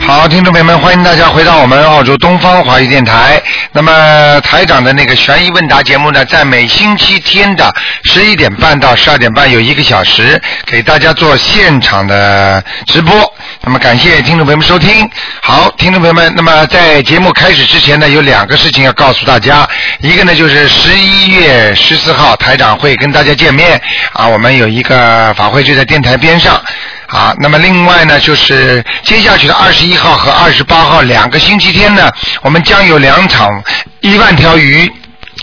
好，听众朋友们，欢迎大家回到我们澳洲东方华语电台。那么台长的那个悬疑问答节目呢，在每星期天的十一点半到十二点半有一个小时，给大家做现场的直播。那么感谢听众朋友们收听。好，听众朋友们，那么在节目开始之前呢，有两个事情要告诉大家，一个呢就是十一月十四号台长会跟大家见面啊，我们有一个法会就在电台边上。啊，那么另外呢，就是接下去的二十一号和二十八号两个星期天呢，我们将有两场一万条鱼。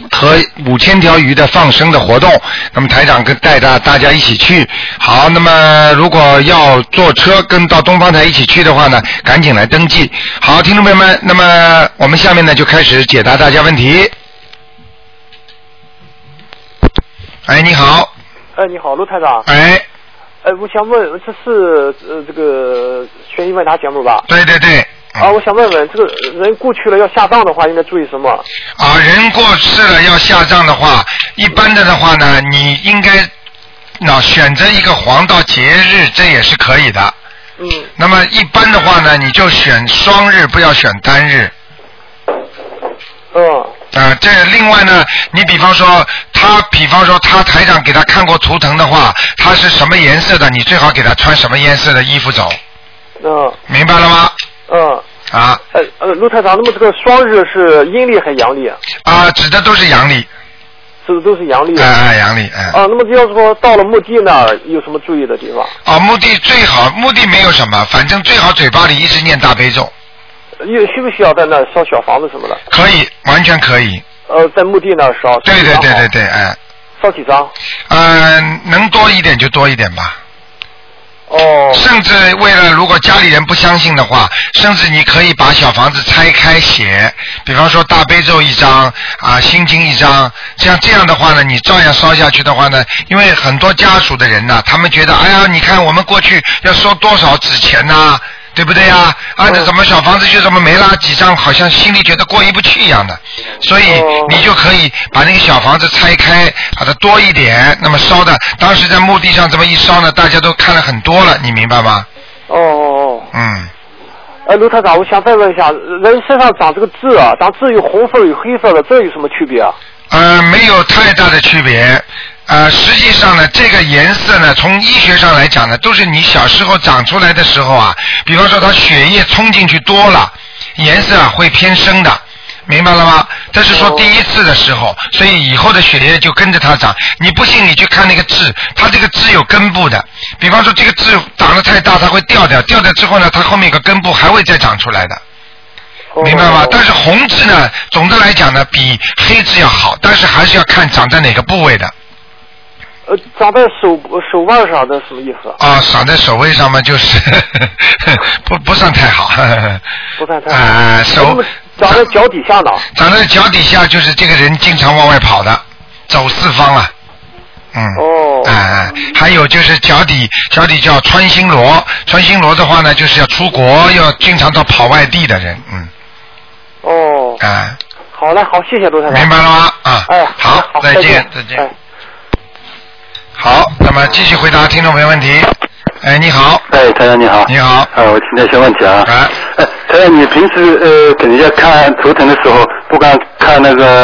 和五千条鱼的放生的活动，那么台长跟带着大家一起去。好，那么如果要坐车跟到东方台一起去的话呢，赶紧来登记。好，听众朋友们，那么我们下面呢就开始解答大家问题。哎，你好，哎，你好，陆台长。哎，哎，我想问，这是呃这个悬疑问答节目吧？对对对，啊，我想问问，这个人过去了要下葬的话，应该注意什么？啊，人过世了要下葬的话，一般的的话呢，你应该那选择一个黄道节日，这也是可以的。嗯，那么一般的话呢，你就选双日，不要选单日。嗯，啊，这另外呢，你比方说他，比方说他台长给他看过图腾的话，他是什么颜色的，你最好给他穿什么颜色的衣服走，嗯，明白了吗？嗯，啊哎，呃，陆台长，那么这个双日是阴历还是阳历？啊，指的都是阳历，这都是阳历。哎、哎，阳历，哎。啊，那么要是说到了墓地那儿，有什么注意的地方？啊，目的最好，目的没有什么，反正最好嘴巴里一直念大悲咒，有需不需要在那儿烧小房子什么的？可以，完全可以。呃，在墓地那儿烧。对对对对对，哎，烧几张？呃，能多一点就多一点吧。哦，甚至为了如果家里人不相信的话，甚至你可以把小房子拆开写，比方说大悲咒一张啊，心经一张，像这样的话呢，你照样烧下去的话呢，因为很多家属的人呢、他们觉得，哎呀，你看我们过去要收多少纸钱呐、对不对呀、按照怎么小房子就这么没拉几张，好像心里觉得过意不去一样的，所以哦你就可以把那个小房子拆开，把它多一点，那么烧的，当时在墓地上这么一烧呢，大家都看了很多了，你明白吗？哦哦哦。嗯，呃，卢台长，我想再问一下，人身上长这个痣啊，长痣有红色有黑色的，这有什么区别啊？呃，没有太大的区别。呃，实际上呢，这个颜色呢，从医学上来讲呢，都是你小时候长出来的时候啊，比方说它血液冲进去多了，颜色啊会偏深的，明白了吗？这是说哦第一次的时候，所以以后的血液就跟着它长。你不信，你去看那个痣，它这个痣有根部的。比方说这个痣长得太大，它会掉掉，掉掉之后呢，它后面有个根部还会再长出来的。哦明白吗？但是红痣呢，总的来讲呢，比黑痣要好，但是还是要看长在哪个部位的呃，长在手手腕上，这什么意思啊？啊，长在手腕上嘛，就是 不不算太好， 不算太好啊、那手么长在脚底下呢？长在脚底下，就是这个人经常往外跑的，走四方啊，嗯，哦哎、哎还有就是脚底脚底叫穿心罗，穿心罗的话呢，就是要出国，要经常到跑外地的人，嗯，哦，哎、好嘞，好，谢谢卢台长。明白了吗？啊，哎，好，好，再见，再见。哎好，那么继续回答听众朋友问题。哎，你好，哎，台长你好。你好，啊，我请教一些问题啊。哎哎，台长，你平时呃给人家看图腾的时候，不光看那个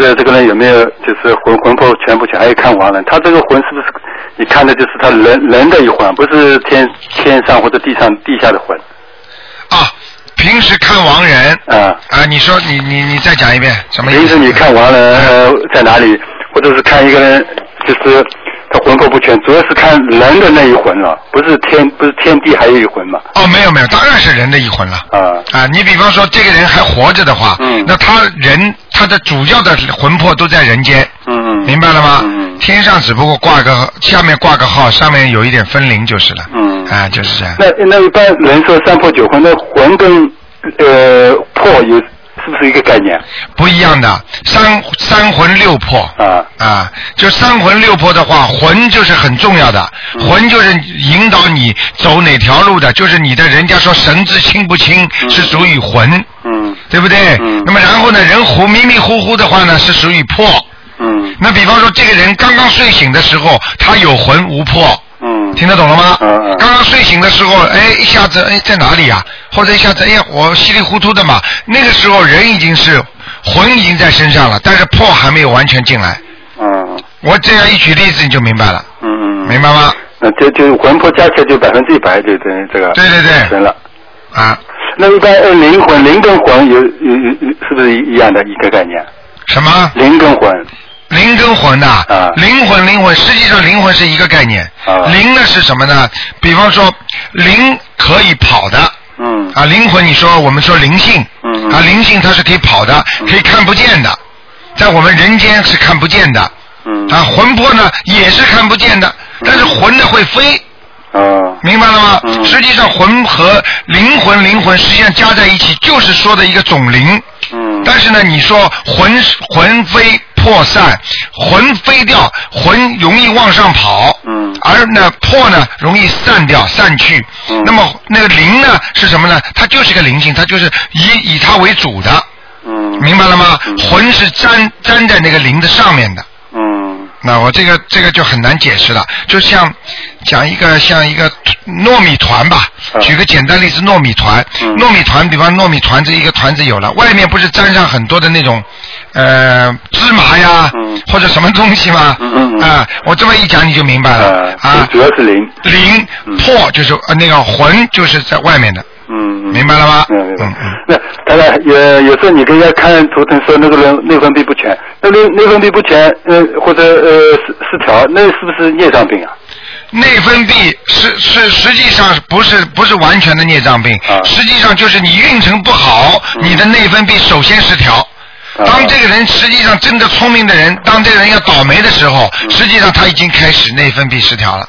呃这个人有没有就是魂魂魄全不全，还有看亡人，他这个魂是不是你看的就是他人人的一魂，不是天天上或者地上地下的魂啊，平时看亡人啊？啊，你说你你你再讲一遍什么意思？平时你看亡人、呃、在哪里，或者是看一个人就是他魂魄不全，主要是看人的那一魂了，不是天不是天地还有一魂嘛？哦，没有没有，当然是人的一魂了。啊，啊，你比方说这个人还活着的话，嗯那他人他的主要的魂魄都在人间，嗯嗯，明白了吗？嗯嗯天上只不过挂个下面挂个号，上面有一点分灵就是了。嗯啊，就是这样。那那一般人说三破九魂，那魂跟呃魄有是不是一个概念？不一样的，三三魂六魄啊啊，就三魂六魄的话，魂就是很重要的，魂就是引导你走哪条路的，就是你的人家说神志清不清是属于魂，嗯对不对？嗯那么然后呢，人糊迷迷糊糊的话呢，是属于魄。嗯那比方说，这个人刚刚睡醒的时候，他有魂无魄，嗯，听得懂了吗？嗯嗯刚刚睡醒的时候，哎，一下子哎在哪里呀、或者一下子哎呀，我稀里糊涂的嘛。那个时候人已经是魂已经在身上了，但是魄还没有完全进来。嗯我这样一举例子你就明白了，嗯嗯，明白吗？那这就魂魄加起来就百分之一百，就等于这个对对对神了。啊，那一般呃灵魂灵跟魂有有有有是不是一样的一个概念？什么灵跟魂，灵跟魂呐、啊灵魂灵魂，实际上灵魂是一个概念。啊灵呢是什么呢？比方说，灵可以跑的。嗯啊，灵魂，你说我们说灵性，嗯嗯嗯啊，灵性它是可以跑的，可以看不见的，在我们人间是看不见的，嗯啊，魂魄呢也是看不见的，但是魂呢会飞，哦明白了吗？嗯实际上魂和灵魂，灵魂实际上加在一起就是说的一个总灵，嗯但是呢，你说魂魂飞魄散，魂飞掉，魂容易往上跑，嗯而呢魄呢容易散掉散去，嗯那么那个灵呢是什么呢？它就是一个灵性，它就是以以它为主的，嗯明白了吗？嗯魂是粘粘在那个灵的上面的。嗯那我这个这个就很难解释了，就像讲一个像一个糯米团吧，嗯举个简单例子，糯米团，嗯糯米团，比方糯米团这一个团子有了，外面不是沾上很多的那种呃芝麻呀、嗯或者什么东西吗？嗯嗯嗯啊，我这么一讲你就明白了啊，啊主，要是灵，灵嗯魄就是呃那个魂就是在外面的，嗯，嗯明白了吗？嗯嗯明白嗯。那当然，有有时候你跟人家看图腾说那个人内分泌不全，那内内分泌不全，呃或者呃失失调，那是不是孽障病啊？内分泌是是实际上不是不是完全的孽障病，啊嗯实际上就是你运程不好，你的内分泌首先失调。啊当这个人实际上真的聪明的人，当这个人要倒霉的时候，嗯实际上他已经开始内分泌失调了，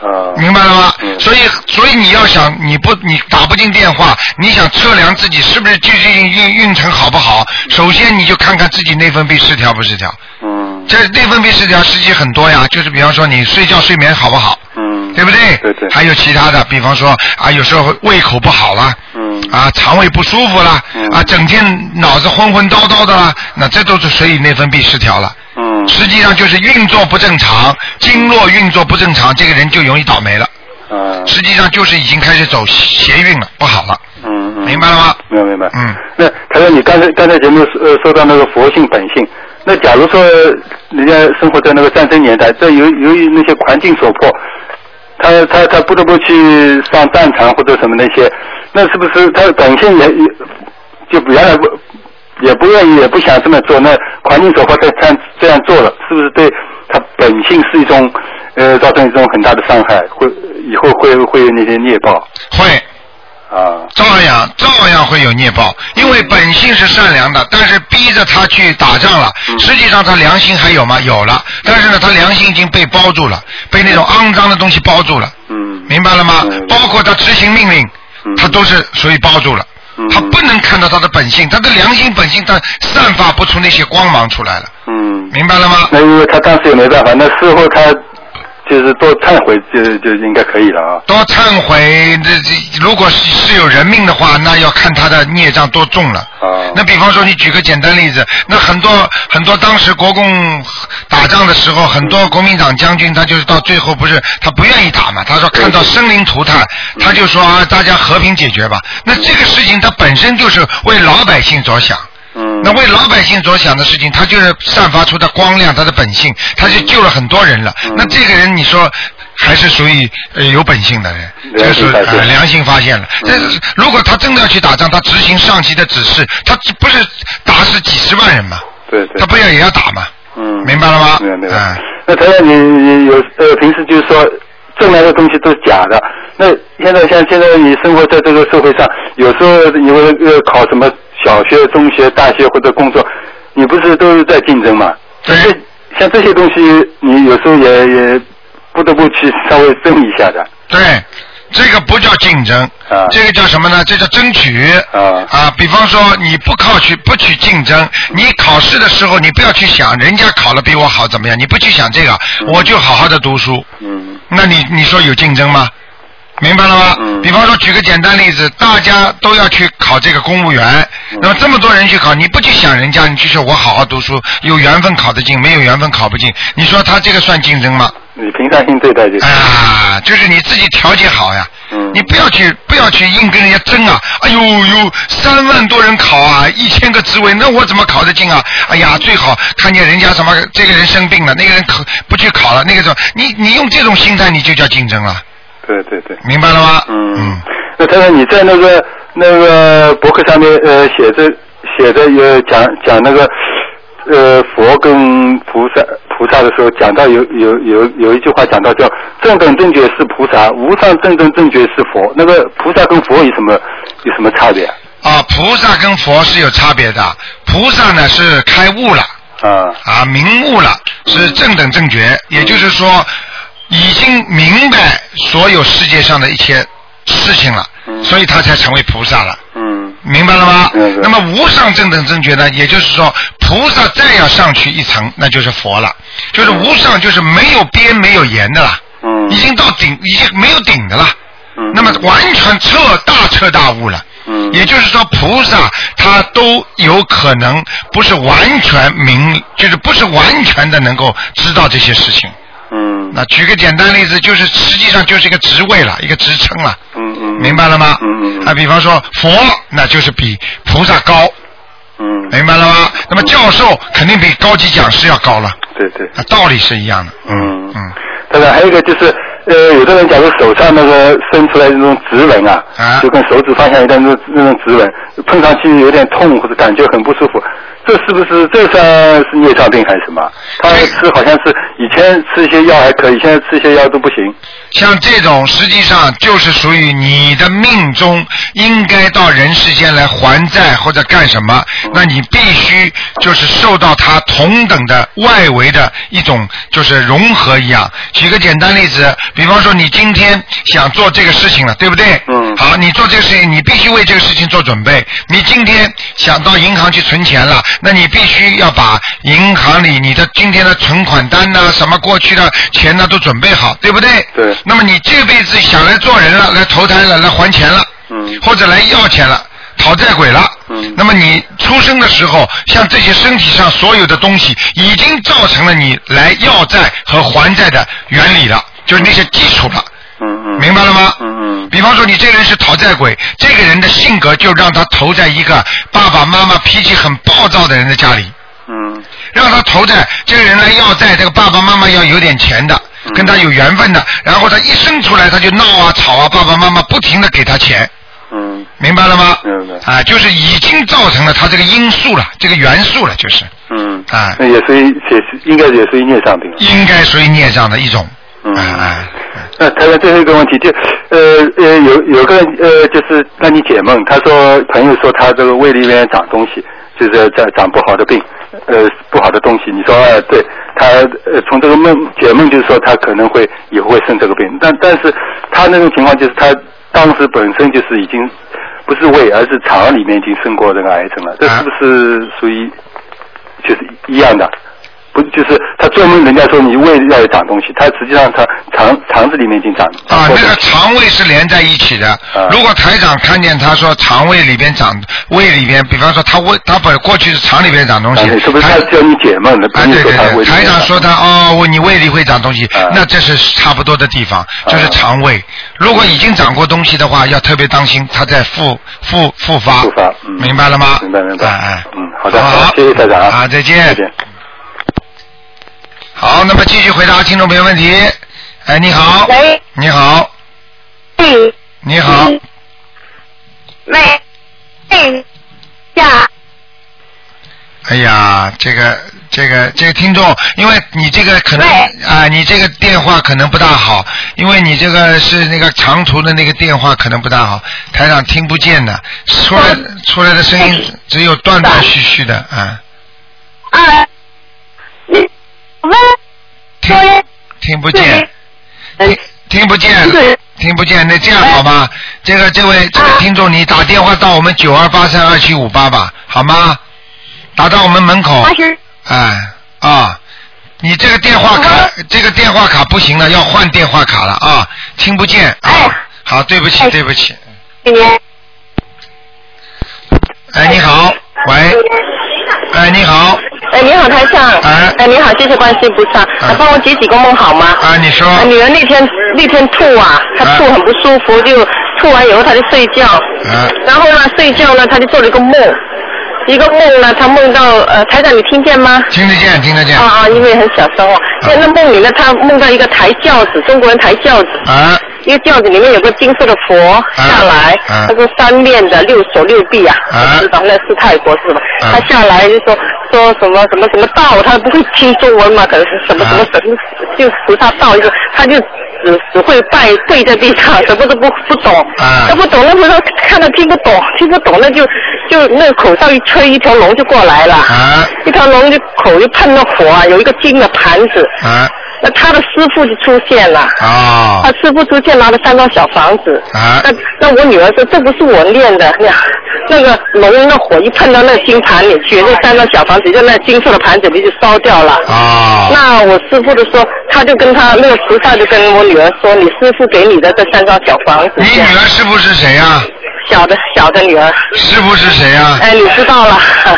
啊，明白了吗？嗯所以所以你要想你不你打不进电话，你想测量自己是不是最近运运程好不好，首先你就看看自己内分泌失调不失调。嗯这内分泌失调实际很多呀，就是比方说你睡觉睡眠好不好，嗯，对不对？对对还有其他的，比方说啊，有时候胃口不好啦，嗯啊，肠胃不舒服啦，嗯啊，整天脑子昏昏叨叨的啦，那这都是属于内分泌失调了。嗯实际上就是运作不正常，经络运作不正常，这个人就容易倒霉了。啊实际上就是已经开始走邪运了，不好了，嗯嗯，明白了吗？明白明白。嗯那他说你刚才刚才节目说呃说到那个佛性本性，那假如说人家生活在那个战争年代，这由由于那些环境所迫，他他他不得不去上战场或者什么那些，那是不是他的本性也也就原来不也不愿意也不想这么做？那环境所迫他他这样做了，是不是对他本性是一种呃造成一种很大的伤害？会以后会会有那些孽报会啊？照样照样会有孽报，因为本性是善良的，但是逼着他去打仗了，嗯实际上他良心还有吗？有了，但是呢，他良心已经被包住了，被那种肮脏的东西包住了，嗯，明白了吗嗯？包括他执行命令，嗯他都是属于包住了，嗯他不能看到他的本性，他的良心本性他散发不出那些光芒出来了，嗯，明白了吗？那因为他当时也没办法，那事后他就是多忏悔就就应该可以了啊。多忏悔，这这如果是是有人命的话，那要看他的孽障多重了。啊那比方说，你举个简单例子，那很多很多当时国共打仗的时候，很多国民党将军他就是到最后不是他不愿意打嘛，他说看到生灵涂炭，他就说啊，大家和平解决吧。那这个事情他本身就是为老百姓着想。嗯，那为老百姓着想的事情，他就是散发出的光亮，他的本性，他就救了很多人了。嗯那这个人，你说还是属于、呃、有本性的人，良就心是发现呃良心发现了。嗯但是如果他真的要去打仗，他执行上级的指示，他不是打死几十万人嘛？对对他，不要也要打嘛？嗯，明白了吗？明白明嗯白。那他说你你有呃平时就是说挣来的东西都是假的，那现在像现在你生活在这个社会上，有时候你为了呃考什么小学、中学、大学或者工作，你不是都是在竞争吗？对这像这些东西，你有时候也也不得不去稍微争一下的。对，这个不叫竞争，啊这个叫什么呢？这叫争取。啊比方说你不靠去不去竞争，你考试的时候你不要去想人家考的比我好怎么样，你不去想这个，我就好好的读书。嗯那你你说有竞争吗？明白了吗？嗯比方说，举个简单例子，大家都要去考这个公务员，嗯那么这么多人去考，你不去想人家，你就说我好好读书，有缘分考得进，没有缘分考不进，你说他这个算竞争吗？你平常心对待就行。啊，就是你自己调节好呀。嗯你不要去，不要去硬跟人家争啊！哎呦呦，三万多人考啊，一千个职位，那我怎么考得进啊？哎呀，最好看见人家什么，这个人生病了，那个人考不去考了，那个什么，你你用这种心态，你就叫竞争了，对对对。明白了吗？嗯，那太太，你在那个那个博客上面呃写着写着有讲讲那个呃佛跟菩萨菩萨的时候，讲到有有有有一句话讲到叫正等正觉是菩萨，无上正等正觉是佛。那个菩萨跟佛有什么有什么差别啊？啊，菩萨跟佛是有差别的，菩萨呢是开悟了。啊啊，明悟了，是正等正觉，也就是说，已经明白所有世界上的一切事情了，嗯所以他才成为菩萨了，嗯明白了吗明白？那么无上正等正觉呢，也就是说，菩萨再要上去一层，那就是佛了，就是无上，就是没有边没有沿的了，嗯已经到顶，已经没有顶的了，嗯那么完全彻大彻大悟了。嗯也就是说，菩萨他都有可能不是完全明，就是不是完全的能够知道这些事情。嗯那举个简单例子，就是实际上就是一个职位了，一个职称了，嗯嗯明白了吗？嗯嗯嗯啊，比方说佛，那就是比菩萨高，嗯明白了吗？那么教授肯定比高级讲师要高了，对对。那道理是一样的。嗯嗯，当然还有一个就是，呃，有的人假如手上那个伸出来那种指纹啊，啊就跟手指方向有点那种那种指纹，碰上去有点痛或者感觉很不舒服，哎 这是不是这算是孽障病还是什么？他哎吃好像是以前吃一些药还可以，现在吃一些药都不行。像这种实际上就是属于你的命中应该到人世间来还债或者干什么，那你必须就是受到它同等的外围的一种就是融合一样。举个简单例子，比方说你今天想做这个事情了，对不对？嗯好，你做这个事情，你必须为这个事情做准备。你今天想到银行去存钱了，那你必须要把银行里你的今天的存款单呐、什么过去的钱呐、都准备好，对不对？对那么你这辈子想来做人了，来投胎了，来还钱了，嗯或者来要钱了，讨债鬼了。嗯那么你出生的时候，像这些身体上所有的东西，已经造成了你来要债和还债的原理了，就是那些基础了。嗯嗯，明白了吗？嗯嗯比方说，你这个人是讨债鬼，这个人的性格就让他投在一个爸爸妈妈脾气很暴躁的人的家里，嗯让他投债。这个人来要债，这个爸爸妈妈要有点钱的，嗯跟他有缘分的。然后他一生出来，他就闹啊吵啊，爸爸妈妈不停的给他钱，嗯明白了吗？明白啊，就是已经造成了他这个因素了，这个元素了，就是嗯，哎那也属于也是应该也属于孽障病了。应该属于孽障的一种。嗯哎哎那他的最后一个问题就，呃呃，有有个人呃，就是让你解梦，他说朋友说他这个胃里面长东西，就是在长不好的病，呃，不好的东西。你说呃，对他呃，从这个梦解梦就是说他可能会以后会生这个病，但但是他那种情况就是他当时本身就是已经不是胃，而是肠里面已经生过这个癌症了，这啊是不是属于就是一样的？不就是他做梦，人家说你胃要长东西，他实际上他肠肠子里面已经长长，啊过东那个西肠胃是连在一起的。啊如果台长看见他说肠胃里边长，胃里边，比方说他胃，他本过去是肠里边长东西啊对，是不是台他叫你解梦的？不啊，是对说对他胃对，里面台长说他哦，我你胃里会长东西啊，那这是差不多的地方，就是肠胃。如果已经长过东西的话，要特别当心，它在复复复发复发嗯。明白了吗？明白明白哎哎，嗯好的不好谢谢台长啊啊，再见。再见。好，那么继续回答听众朋友问题。哎，你好。喂。你好，喂你好，喂喂呀，哎呀，这个这个这个听众，因为你这个可能喂啊，你这个电话可能不大好，因为你这个是那个长途的那个电话可能不大好，台长听不见的，出来出来的声音只只有断断续续的啊，啊，你喂，听喂呃听不见，听听不见对，听不见，那这样好吗？这个这啊位这个听众，你打电话到我们九二八三二七五八吧，好吗？打到我们门口八，十哎啊，你这个电话卡这个电话卡不行了，要换电话卡了啊，听不见啊哎。好，对不起，哎对不起。年。哎，你好，喂，哎，你好，哎，你好，台长。哎哎，你好，谢谢关心菩萨。哎帮我解几个梦好吗？啊，你说，啊女儿那天那天吐啊，哎她吐很不舒服，就吐完以后她就睡觉，啊，然后呢睡觉呢她就做了一个梦，一个梦呢她梦到呃台长你听见吗？听得见，听得见啊，啊，因为很小声哦。啊在那梦里呢，她梦到一个抬轿子，中国人抬轿子，啊，一个轿子里面有个金色的佛下来，啊他说三面的六手六臂啊，啊我不知道那是泰国是吧？啊他下来就说说什么什么什么道，他不会听中文嘛，可能是什么啊什么神，就菩萨道一个，他就只只会拜跪在地上，什么都不不懂，啊他不懂，那菩萨看他听不懂，听不懂那就就那口哨一吹，一条龙就过来了，啊，一条龙就口就喷了火啊，有一个金的盘子，啊，那他的师傅就出现了。他哦，师傅出现拿了三套小房子，啊那那我女儿说这不是我练的，那那个龙那火一碰到那个金盘里去，那三套小房子就那金色的盘子里就烧掉了。哦，那我师傅就说，他就跟他那个菩萨就跟我女儿说，你师傅给你的这三套小房子，你女儿师傅是谁呀、小的小的女儿，师傅是谁啊呀、哎，你知道了，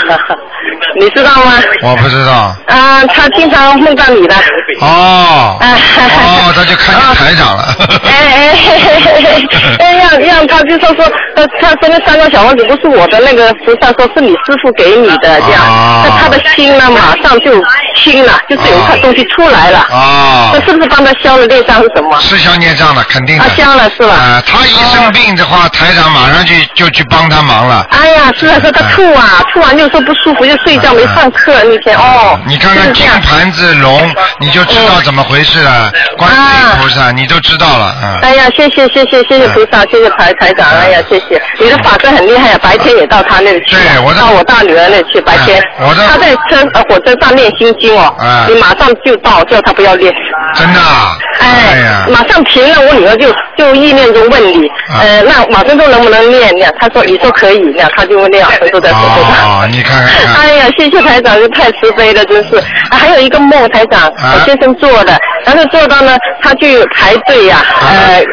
你知道吗？我不知道。啊，他经常梦到你的。哦，啊哎哦，他就看见台长了。 哎哎哎哎哎，让让他就说说，他他说那三个小王子不是我的那个菩萨说是你师傅给你的这样，啊那他的心呢马上就清了，就是有一块东西出来了，那哦，是不是帮他消了孽障是什么？是消孽障了，肯定的。他消了是吧？啊，他一生病的话，台长马上就就去帮他忙了。嗯哎呀，是啊，说他吐啊，吐完就说不舒服，就睡觉没上课那天哦。你看就是看这金样。盘子龙，你就知道怎么回事啊了。观世音菩萨，你都知道了，嗯。哎呀，谢谢谢谢谢谢菩萨，谢谢台台长，哎呀，谢谢你的法身很厉害呀，白天也到他那里去了，对我的到我大女儿那里去，白天，哎我的他在车呃火车上念心经哦，哎你马上就到，叫他不要练，真的啊。哎，呀。马上停了，我女儿就就意念中问你，啊呃，那马上说能不能练？呢？他说你说可以，呢，他就那样，他就在火车上。哦，你看看看。哎呀，谢谢台长，这太慈悲了，真是。啊还有一个梦，台长，啊我先生做的，然后做到呢，他去排队呀、啊呃，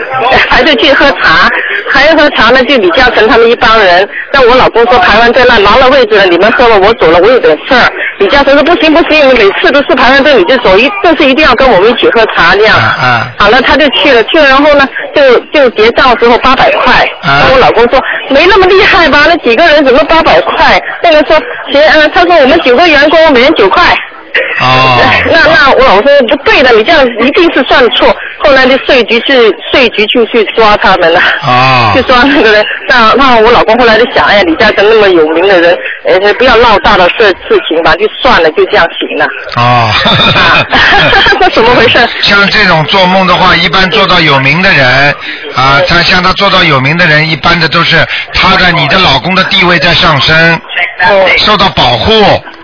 排队去喝茶，还要喝茶呢，就李嘉诚他们一帮人。那我老公说排完队了，拿了位置了，你们喝了，我走了，我有点事儿。李嘉诚说不行不行，你每次都是排完队你就走，一这次一定要跟我们一起喝茶这样。啊啊好了，他就去了，去了然后呢，就就结账的时候八百块。啊然后我老公说没那么厉害吧？那几个人怎么八百块？那个说行，呃，他说我们九个员工每人九块。哦。 那那我老公说不对的，你这样一定是算错。后来就税局去税局去去抓他们了。哦就抓那个人，那那我老公后来就想，哎呀，李嘉诚那么有名的人，呃，不要闹大的事事情吧，就算了，就这样行了。 哦，这怎么回事像这种做梦的话，一般做到有名的人啊，他像他做到有名的人，一般的都是他的你的老公的地位在上升，哦，受到保护，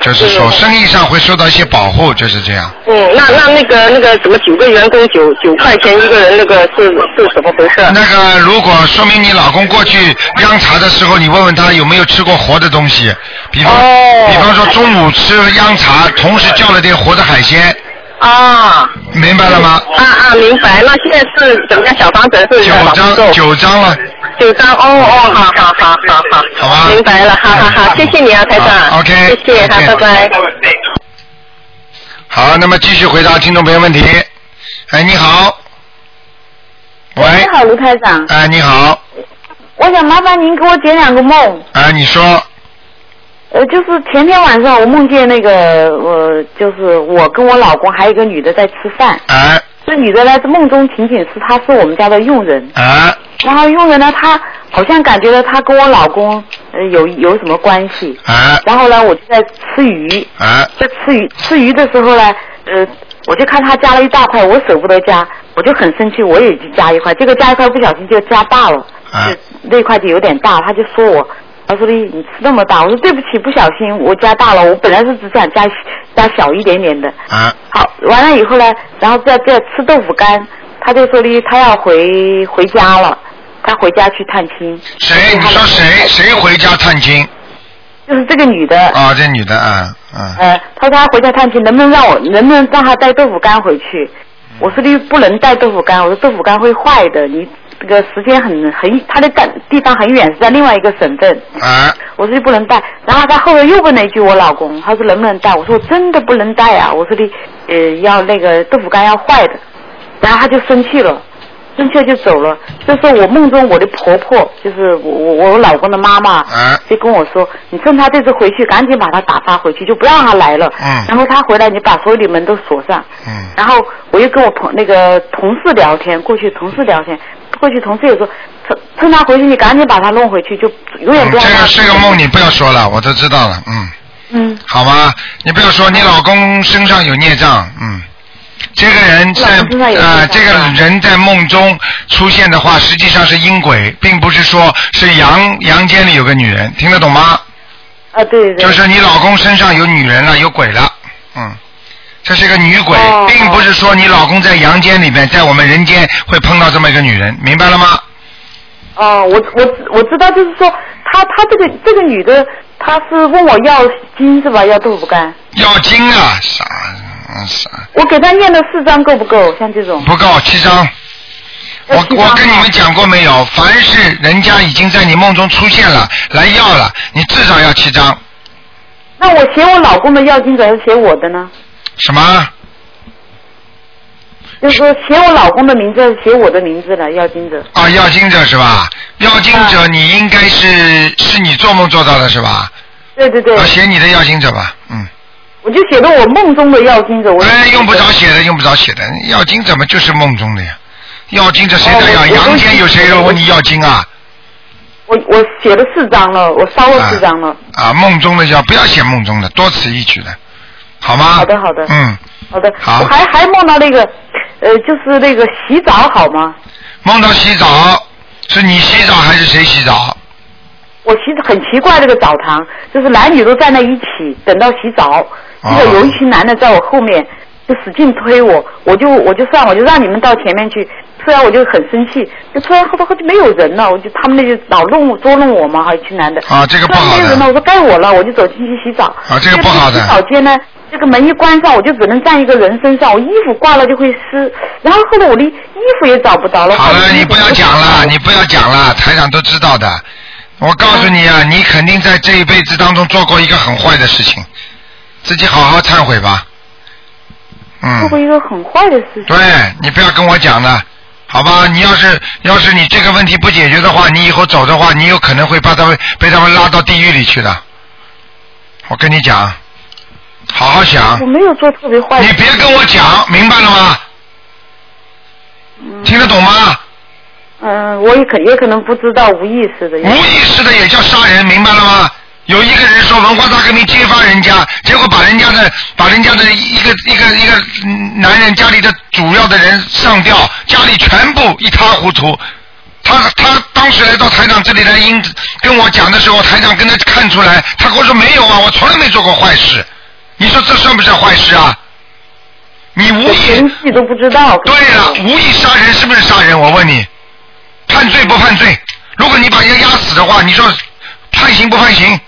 就是说嗯生意上会受到一些保护，就是这样。嗯，那那那个那个什么九个员工九九块钱一个人，那个是是怎么回事？那个如果说明你老公过去央茶的时候，你问问他有没有吃过活的东西，比方、哦比方说中午吃央茶，同时叫了点活的海鲜，啊明白了吗？啊啊，明白。那现在是怎么样？小房子是九老师张做九张了。九张哦哦，好好好好好，好吧嗯明白了，好好好，谢谢你啊，台好长，OK，谢谢，好，再见拜拜。好，那么继续回答听众朋友问题。哎，你好。喂你。好，卢台长，哎，你好。我想麻烦您给我解两个梦。哎，你说。呃，就是前天晚上我梦见那个，呃，就是我跟我老公还有一个女的在吃饭。哎这女的呢，在梦中情景是她是我们家的佣人，哎然后佣人呢，她好像感觉到她跟我老公呃有有什么关系，哎然后呢，我就在吃鱼，哎在吃鱼吃鱼的时候呢，呃，我就看她加了一大块，我舍不得加，我就很生气，我也去加一块，结果加一块不小心就加大了，哎就那块就有点大，她就说我。她说的你吃那么大，我说对不起，不小心我加大了，我本来是只想加加小一点点的，哎好，完了以后呢，然后再再吃豆腐干，他就说呢，他要回回家了，他回家去探亲。谁？你说谁？谁回家探亲？就是这个女的，啊，这女的啊，嗯，呃，他说他回家探亲，能不能让我，能不能让他带豆腐干回去？我说的不能带豆腐干，我说豆腐干会坏的，你这个时间很很，他的干地方很远，是在另外一个省份，啊，我说的不能带。然后他后来又问了一句我老公，他说能不能带？我说我真的不能带啊，我说的呃要那个豆腐干要坏的，然后他就生气了。生气了就走了。这时候我梦中我的婆婆，就是我我我老公的妈妈，啊就跟我说：“你趁他这次回去，赶紧把他打发回去，就不让他来了。嗯然后他回来，你把所有的门都锁上。嗯然后我又跟我朋那个同事聊天，过去同事聊天，过去同事也说：“趁趁他回去，你赶紧把他弄回去，就永远嗯不要这让他。个这个梦你不要说了，我都知道了，嗯，嗯，好吗？你不要说你老公身上有孽障，嗯，这个人在我老公身上有孽障啊，这个人在梦中出现的话，实际上是阴鬼，并不是说是阳阳间里有个女人，听得懂吗？啊对对对，就是你老公身上有女人了，有鬼了，嗯，这是个女鬼，哦并不是说你老公在阳间里面，在我们人间会碰到这么一个女人，明白了吗？哦，我我我知道，就是说他他这个这个女的，她是问我要金是吧？要豆腐干。要精啊，啥嗯啥我给他念了四张够不够？像这种，不够七张。我要七张我跟你吗们讲过没有？凡是人家已经在你梦中出现了，来要了，你至少要七张。那我写我老公的要经者还是写我的呢？什么？就是说写我老公的名字还是写我的名字呢？要经者。啊，要经者是吧？要经啊者，你应该是是你做梦做到的是吧？对对对要，写你的要经者吧，嗯。我就写的我梦中的要经者。我哎，用不着写的，用不着写的。要经怎么就是梦中的呀？要经这谁哦在要？我我阳间有谁要我问你要经啊？我我写了四张了，我烧了四张了。啊，梦中的要不要写梦中的，多此一举的，好吗？好的好的嗯，好的，好我还还梦到那个，呃，就是那个洗澡好吗？梦到洗澡，是你洗澡还是谁洗澡？我其实很奇怪，那个澡堂就是男女都站在一起，等到洗澡，哦那个有一群男的在我后面就使劲推我，我就我就算我就让你们到前面去，突然我就很生气，就突然后头后就没有人了，我就他们那就老弄我捉弄我嘛，还有一群男的，啊这个不突然好的没有人了，我说该我了，我就走进去洗澡，啊这个不好的洗澡间呢。这个门一关上，我就只能站一个人身上，我衣服挂了就会湿，然后后来我的衣服也找不着了。好后了，来你衣服不要也讲找了， 着你不要讲了，台长都知道的。我告诉你嗯啊，你肯定在这一辈子当中做过一个很坏的事情，自己好好忏悔吧。嗯做。过一个很坏的事情。对你不要跟我讲了，好吧？你要是要是你这个问题不解决的话，你以后走的话，你有可能会把他们被他们拉到地狱里去的。我跟你讲，好好想我，没有做特别坏的啊你别跟我讲，明白了吗？听得懂吗？嗯，我也可也可能不知道，无意识的。无意识的也叫杀人，明白了吗？有一个人说文化大革命揭发人家，结果把人家的把人家的一个一个一个嗯男人家里的主要的人上吊，家里全部一塌糊涂。他他当时来到台长这里来因跟我讲的时候，台长跟他看出来，他跟我说没有啊，我从来没做过坏事。你说这算不算坏事啊？你无我意连自己都不知道。对了，无意杀人是不是杀人？我问你，判罪不判罪？如果你把人家压死的话，你说判刑不判刑？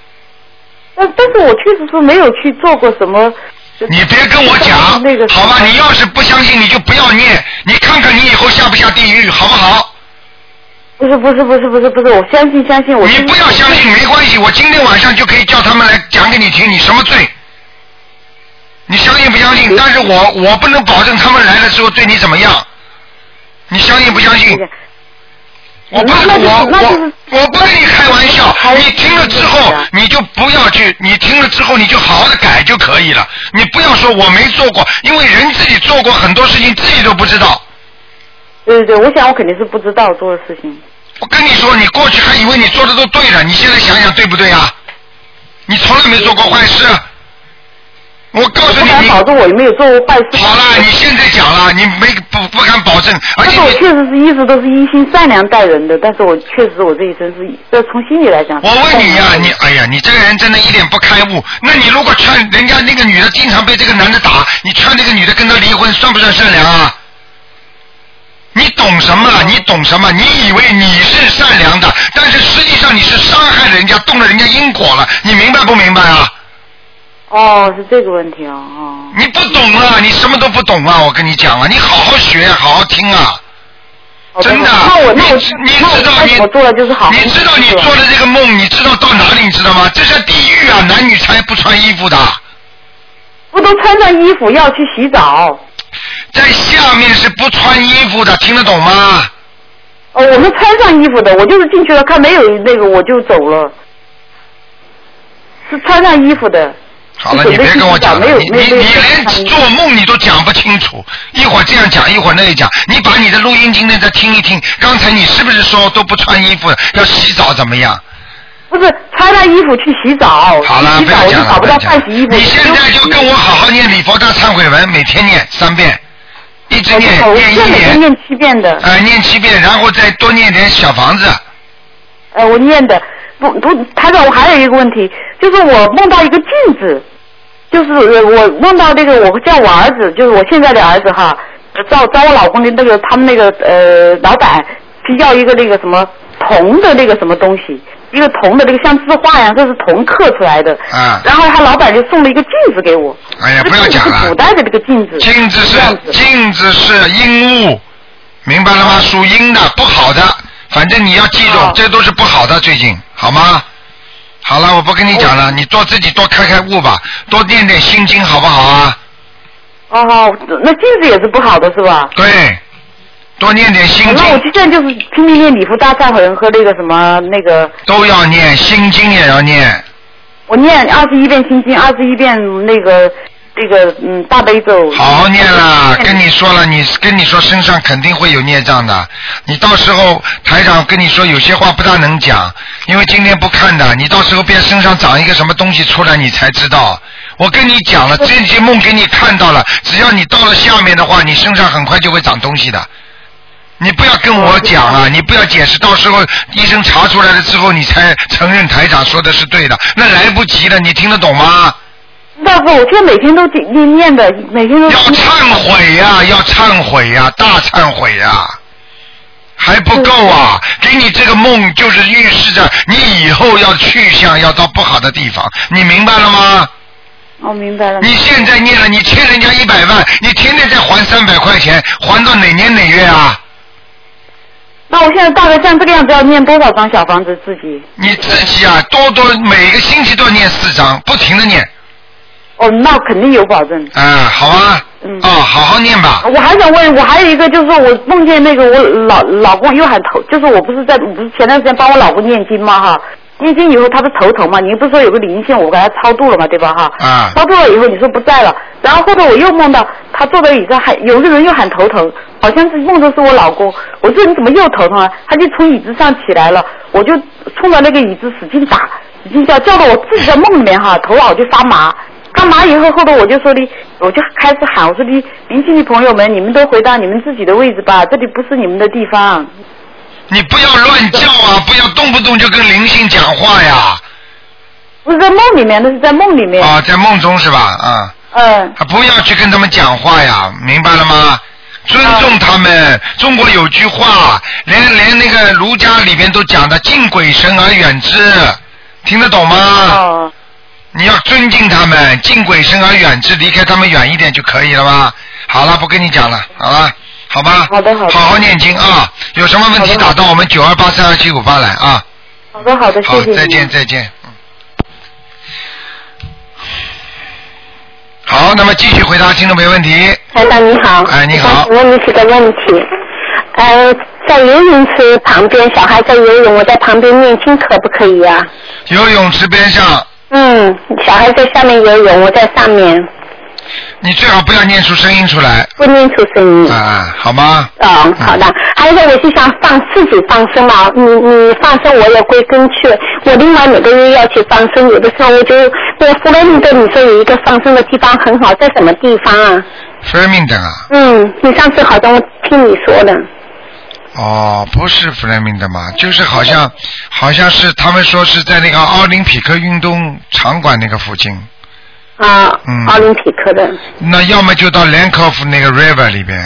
但但是我确实是没有去做过什么。就你别跟我讲就是那个，好吧？你要是不相信，你就不要念，你看看你以后下不下地狱，好不好？不是不是不是不是不是，我相信相信我。你不要相信，没关系，我今天晚上就可以叫他们来讲给你听，你什么罪？你相信不相嗯信？但是我我不能保证他们来的时候对你怎么样，你相信不相信？我不是那就是我那就是我我不跟你开玩笑还，你听了之后是啊你就不要去，你听了之后你就好好的改就可以了，你不要说我没做过，因为人自己做过很多事情自己都不知道。对对对，我想我肯定是不知道做的事情。我跟你说，你过去还以为你做的都对了，你现在想想对不对啊？你从来没做过坏事，我告我诉不你，敢你保证我没有做过坏事。好了，你现在讲了，你没不不敢保证，而但且是啊我你确实是一直都是一心善良待人的，但是我确实我这一生是，这从心里来讲。我问你呀、善良你哎呀，你这个人真的一点不开悟。那你如果劝人家那个女的经常被这个男的打，你劝那个女的跟他离婚，算不算善良啊？你懂什么了？你懂什么？你以为你是善良的，但是实际上你是伤害了人家，动了人家因果了。你明白不明白啊？哦，是这个问题哦，哦，你不懂啊，你什么都不懂啊！我跟你讲啊，你好好学，好好听啊。哦真的啊那我那我你知那你知道我你我做了就是好好你知道你做做的这个梦，你知道到哪里，你知道吗？这是地狱啊，男女才不穿衣服的，不都穿上衣服要去洗澡？在下面是不穿衣服的，听得懂吗？哦，我们穿上衣服的，我就是进去了，看没有那个我就走了，是穿上衣服的。好了，准你备别跟我讲了，洗澡你没你你有没有没有连穿衣服做梦你都讲不清楚，一会儿这样讲，一会儿那样讲，你把你的录音今天再听一听，刚才你是不是说都不穿衣服要洗澡怎么样？不是穿上衣服去洗澡，哦好了，洗不澡要我就讲了，找不到要讲换了。洗衣服。你现在就跟我好好念礼佛大忏悔文，每天念三遍，一直我知道念哎我念现在一每天年，念七遍的，呃，念七遍，然后再多念点小房子。呃，我念的不不，台长，我还有一个问题，就是我梦到一个镜子，就是呃我梦到那个我叫我儿子，就是我现在的儿子哈，找找我老公的那个他们那个呃老板去要一个那个什么铜的那个什么东西，一个铜的那个像字画呀，这是铜刻出来的，啊然后他老板就送了一个镜子给我，哎呀这不要个镜子讲了是古代的这个镜子，镜子这样是子啊镜子是阴物，明白了吗？属阴的，不好的，反正你要记住哦，这都是不好的，最近好吗？好了，我不跟你讲嗯了，你多自己多开开悟吧，多念点心经好不好啊？哦，那镜子也是不好的是吧？对，多念点心经。那我就现在就是拼命念礼佛大忏悔文和那个什么那个，都要念，心经也要念，我念二十一遍心经，二十一遍那个那个嗯大悲咒。好好念啦。嗯跟你说了，你跟你说身上肯定会有孽障的，你到时候台长跟你说有些话不大能讲，因为今天不看的，你到时候变身上长一个什么东西出来，你才知道。我跟你讲了，这些梦给你看到了，只要你到了下面的话，你身上很快就会长东西的。你不要跟我讲啊，你不要解释，到时候医生查出来了之后，你才承认台长说的是对的，那来不及了，你听得懂吗？大夫，我现在每天都念念的，每天都要忏悔呀、要忏悔呀、大忏悔呀、还不够啊！嗯给你这个梦就是预示着你以后要去向，要到不好的地方，你明白了吗？我、哦、明白了。你现在念了，你欠人家一百万，你天天在还三百块钱，还到哪年哪月啊？那我现在大概像这个样子，要念多少张小房子自己？你自己啊，多多每个星期都要念四章，不停的念，哦，那肯定有保证。啊、好吧？嗯哦，好好念吧。我还想问，我还有一个就是说我梦见那个我老老公又喊头，就是我不是在不是前段时间帮我老公念经吗哈？念经以后他不头疼嘛，你不是说有个灵性我给他超度了嘛，对吧哈？啊超度了以后你说不在了，然后后来我又梦到他坐在椅上喊，有一个人又喊头疼，好像是梦着是我老公。我说你怎么又头疼啊？他就从椅子上起来了，我就冲着那个椅子使劲打，使劲叫，叫到我自己在梦里面哈，头脑就发麻。干嘛以后，后头我就说的，我就开始喊，我说的，年轻的朋友们，你们都回到你们自己的位置吧，这里不是你们的地方。你不要乱叫啊，不要动不动就跟灵性讲话呀。不是在梦里面，那是在梦里面。啊，在梦中是吧？啊、嗯，啊，不要去跟他们讲话呀，明白了吗？尊重他嗯们。中国有句话，连连那个儒家里面都讲的“敬鬼神而远之”，听得懂吗？哦，你要尊敬他们，敬鬼神而远之，离开他们远一点就可以了吧？好了，不跟你讲了，好了，好吧？好的好的好好念经啊！有什么问题好的好打的到我们九二八三二七五八来啊！好的好的，谢好，谢你。再见，再见。嗯好，那么继续回答听众没问题。台长啊你好，哎你好我想问你几个问题。呃，在游泳池旁边，小孩在游泳，我在旁边念经可不可以啊？游泳池边上，嗯，小孩在下面游泳，我在上面，你最好不要念出声音出来不念出声嗯音。啊，好吗？哦，好的。还有一个，我是想放自己放生嘛，你你放生我也归根去，我另外每个月要去放生，有的时候我就我弗洛伊德你说有一个放生的地方很好，在什么地方啊？ f l e m i n g 啊，嗯，你上次好像我听你说的，哦，不是 f l e m i n g 嘛，就是好像好像是他们说是在那个奥林匹克运动场馆那个附近，啊，嗯奥林匹克的。那要么就到连科夫那个 river 里边，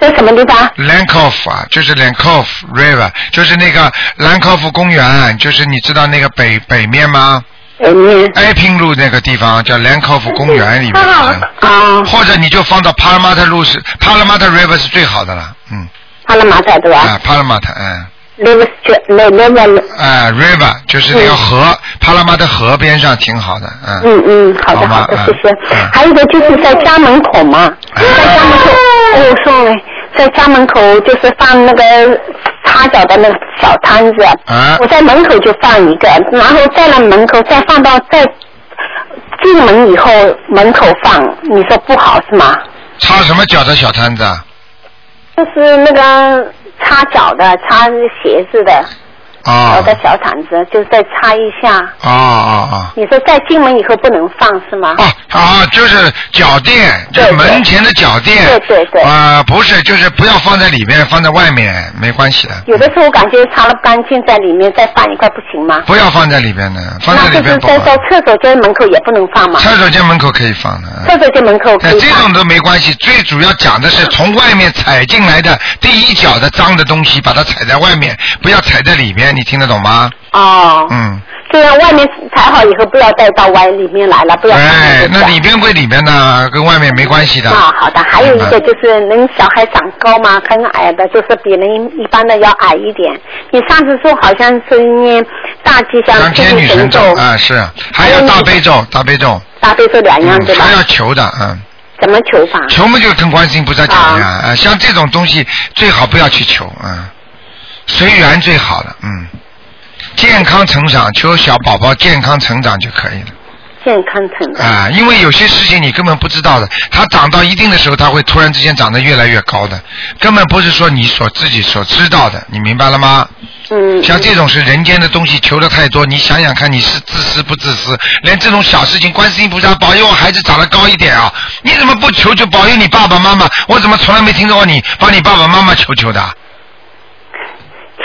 在什么地方？ Lankoff 啊，就是 Lankoff River，就是那个兰科夫公园，就是你知道那个北北面吗？哎，你爱平路那个地方叫兰科夫公园里面，啊，或者你就放到帕拉马特路是帕拉马特 River 是最好的了，嗯，帕拉马塔对吧啊，帕拉马特，嗯， ？River Street，那那那，啊 River 就是那个河，帕拉马特河边上挺好的，嗯，嗯嗯，好的好吧好的，嗯谢谢嗯。还有一个就是在家门口嘛，在家门口，哦，送嘞，在家门口就是放那个擦脚的那个小摊子，啊我在门口就放一个，然后在那门口再放到在进门以后门口放，你说不好是吗？擦什么脚的小摊子啊？就是那个擦脚的、擦鞋子的，啊我的小铲子，就再擦一下。啊啊啊！你说在进门以后不能放是吗？啊啊，就是脚垫，就是对对门前的脚垫。对对对啊、不是，就是不要放在里面，放在外面没关系的。有的时候感觉擦了不干净，在里面再放一块不行吗？不要放在里边的，放在那里就是边不在在好。厕所间门口也不能放嘛，厕所间门口可以放的。嗯厕所间门口可哎，以这种放。都没关系，最主要讲的是从外面踩进来的第一脚的脏的东西，把它踩在外面，不要踩在里面，你听得懂吗？哦，嗯，就让外面踩好以后，不要再到外里面来了，不要放哎，那那个里边归里边呢，跟外面没关系的。啊，好的。还有一个嗯就是，能小孩长高吗？很矮的，就是比人一般的要矮一点。你上次说好像是念大吉祥当天女神神咒咒、啊，是，还有大悲咒，大悲咒，大悲咒两样嗯，对吧还？要求的，嗯。怎么求法？求嘛就跟观世音菩萨讲呀，啊，像这种东西最好不要去求，嗯，随缘最好了，嗯，健康成长，求小宝宝健康成长就可以了，健康成长。啊，因为有些事情你根本不知道的，他长到一定的时候，他会突然之间长得越来越高的，根本不是说你所自己所知道的，你明白了吗？嗯，像这种是人间的东西，求的太多，你想想看，你是自私不自私？连这种小事情，观世音菩萨保佑我孩子长得高一点啊！你怎么不求求保佑你爸爸妈妈？我怎么从来没听到过你帮你爸爸妈妈求求的？啊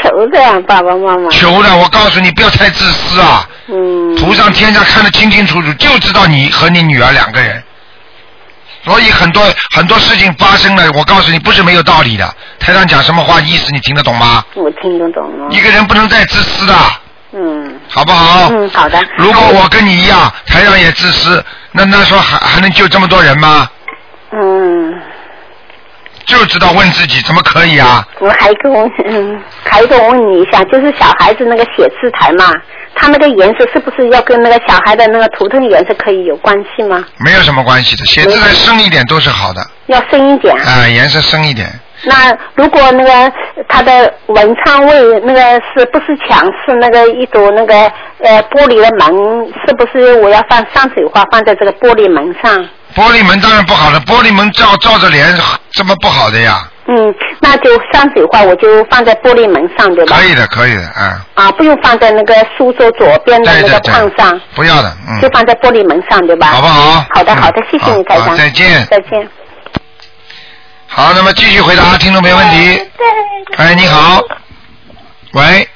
求这样爸爸妈妈。求的，我告诉你，不要太自私啊！嗯。图上天上看得清清楚楚，就知道你和你女儿两个人。所以很多很多事情发生了，我告诉你，不是没有道理的。台上讲什么话意思，你听得懂吗？我听得懂了。一个人不能再自私的，嗯好不好？嗯，好的。如果我跟你一样，台长也自私，那那时候还还能救这么多人吗？嗯，就知道问自己，怎么可以啊？我还跟我 嗯，还跟我问你一下，就是小孩子那个写字台嘛，它那个颜色是不是要跟那个小孩的那个图腾颜色可以有关系吗？没有什么关系的，写字再深一点都是好的，啊、要深一点啊。颜色深一点，那如果那个它的文昌位那个是不是墙是那个一堵那个呃玻璃的门，是不是我要放山水画放在这个玻璃门上？玻璃门当然不好了，玻璃门照照着脸，这么不好的呀？嗯，那就山水画我就放在玻璃门上对吧？可以的，可以的，啊、啊，不用放在那个书桌左边的对那对个对框上，，不要的，嗯就，放在玻璃门上，对吧？好不好？好的，嗯好的，谢谢你，台好好长。再见。再见。好，那么继续回答听众朋友问题。哎，你好，喂，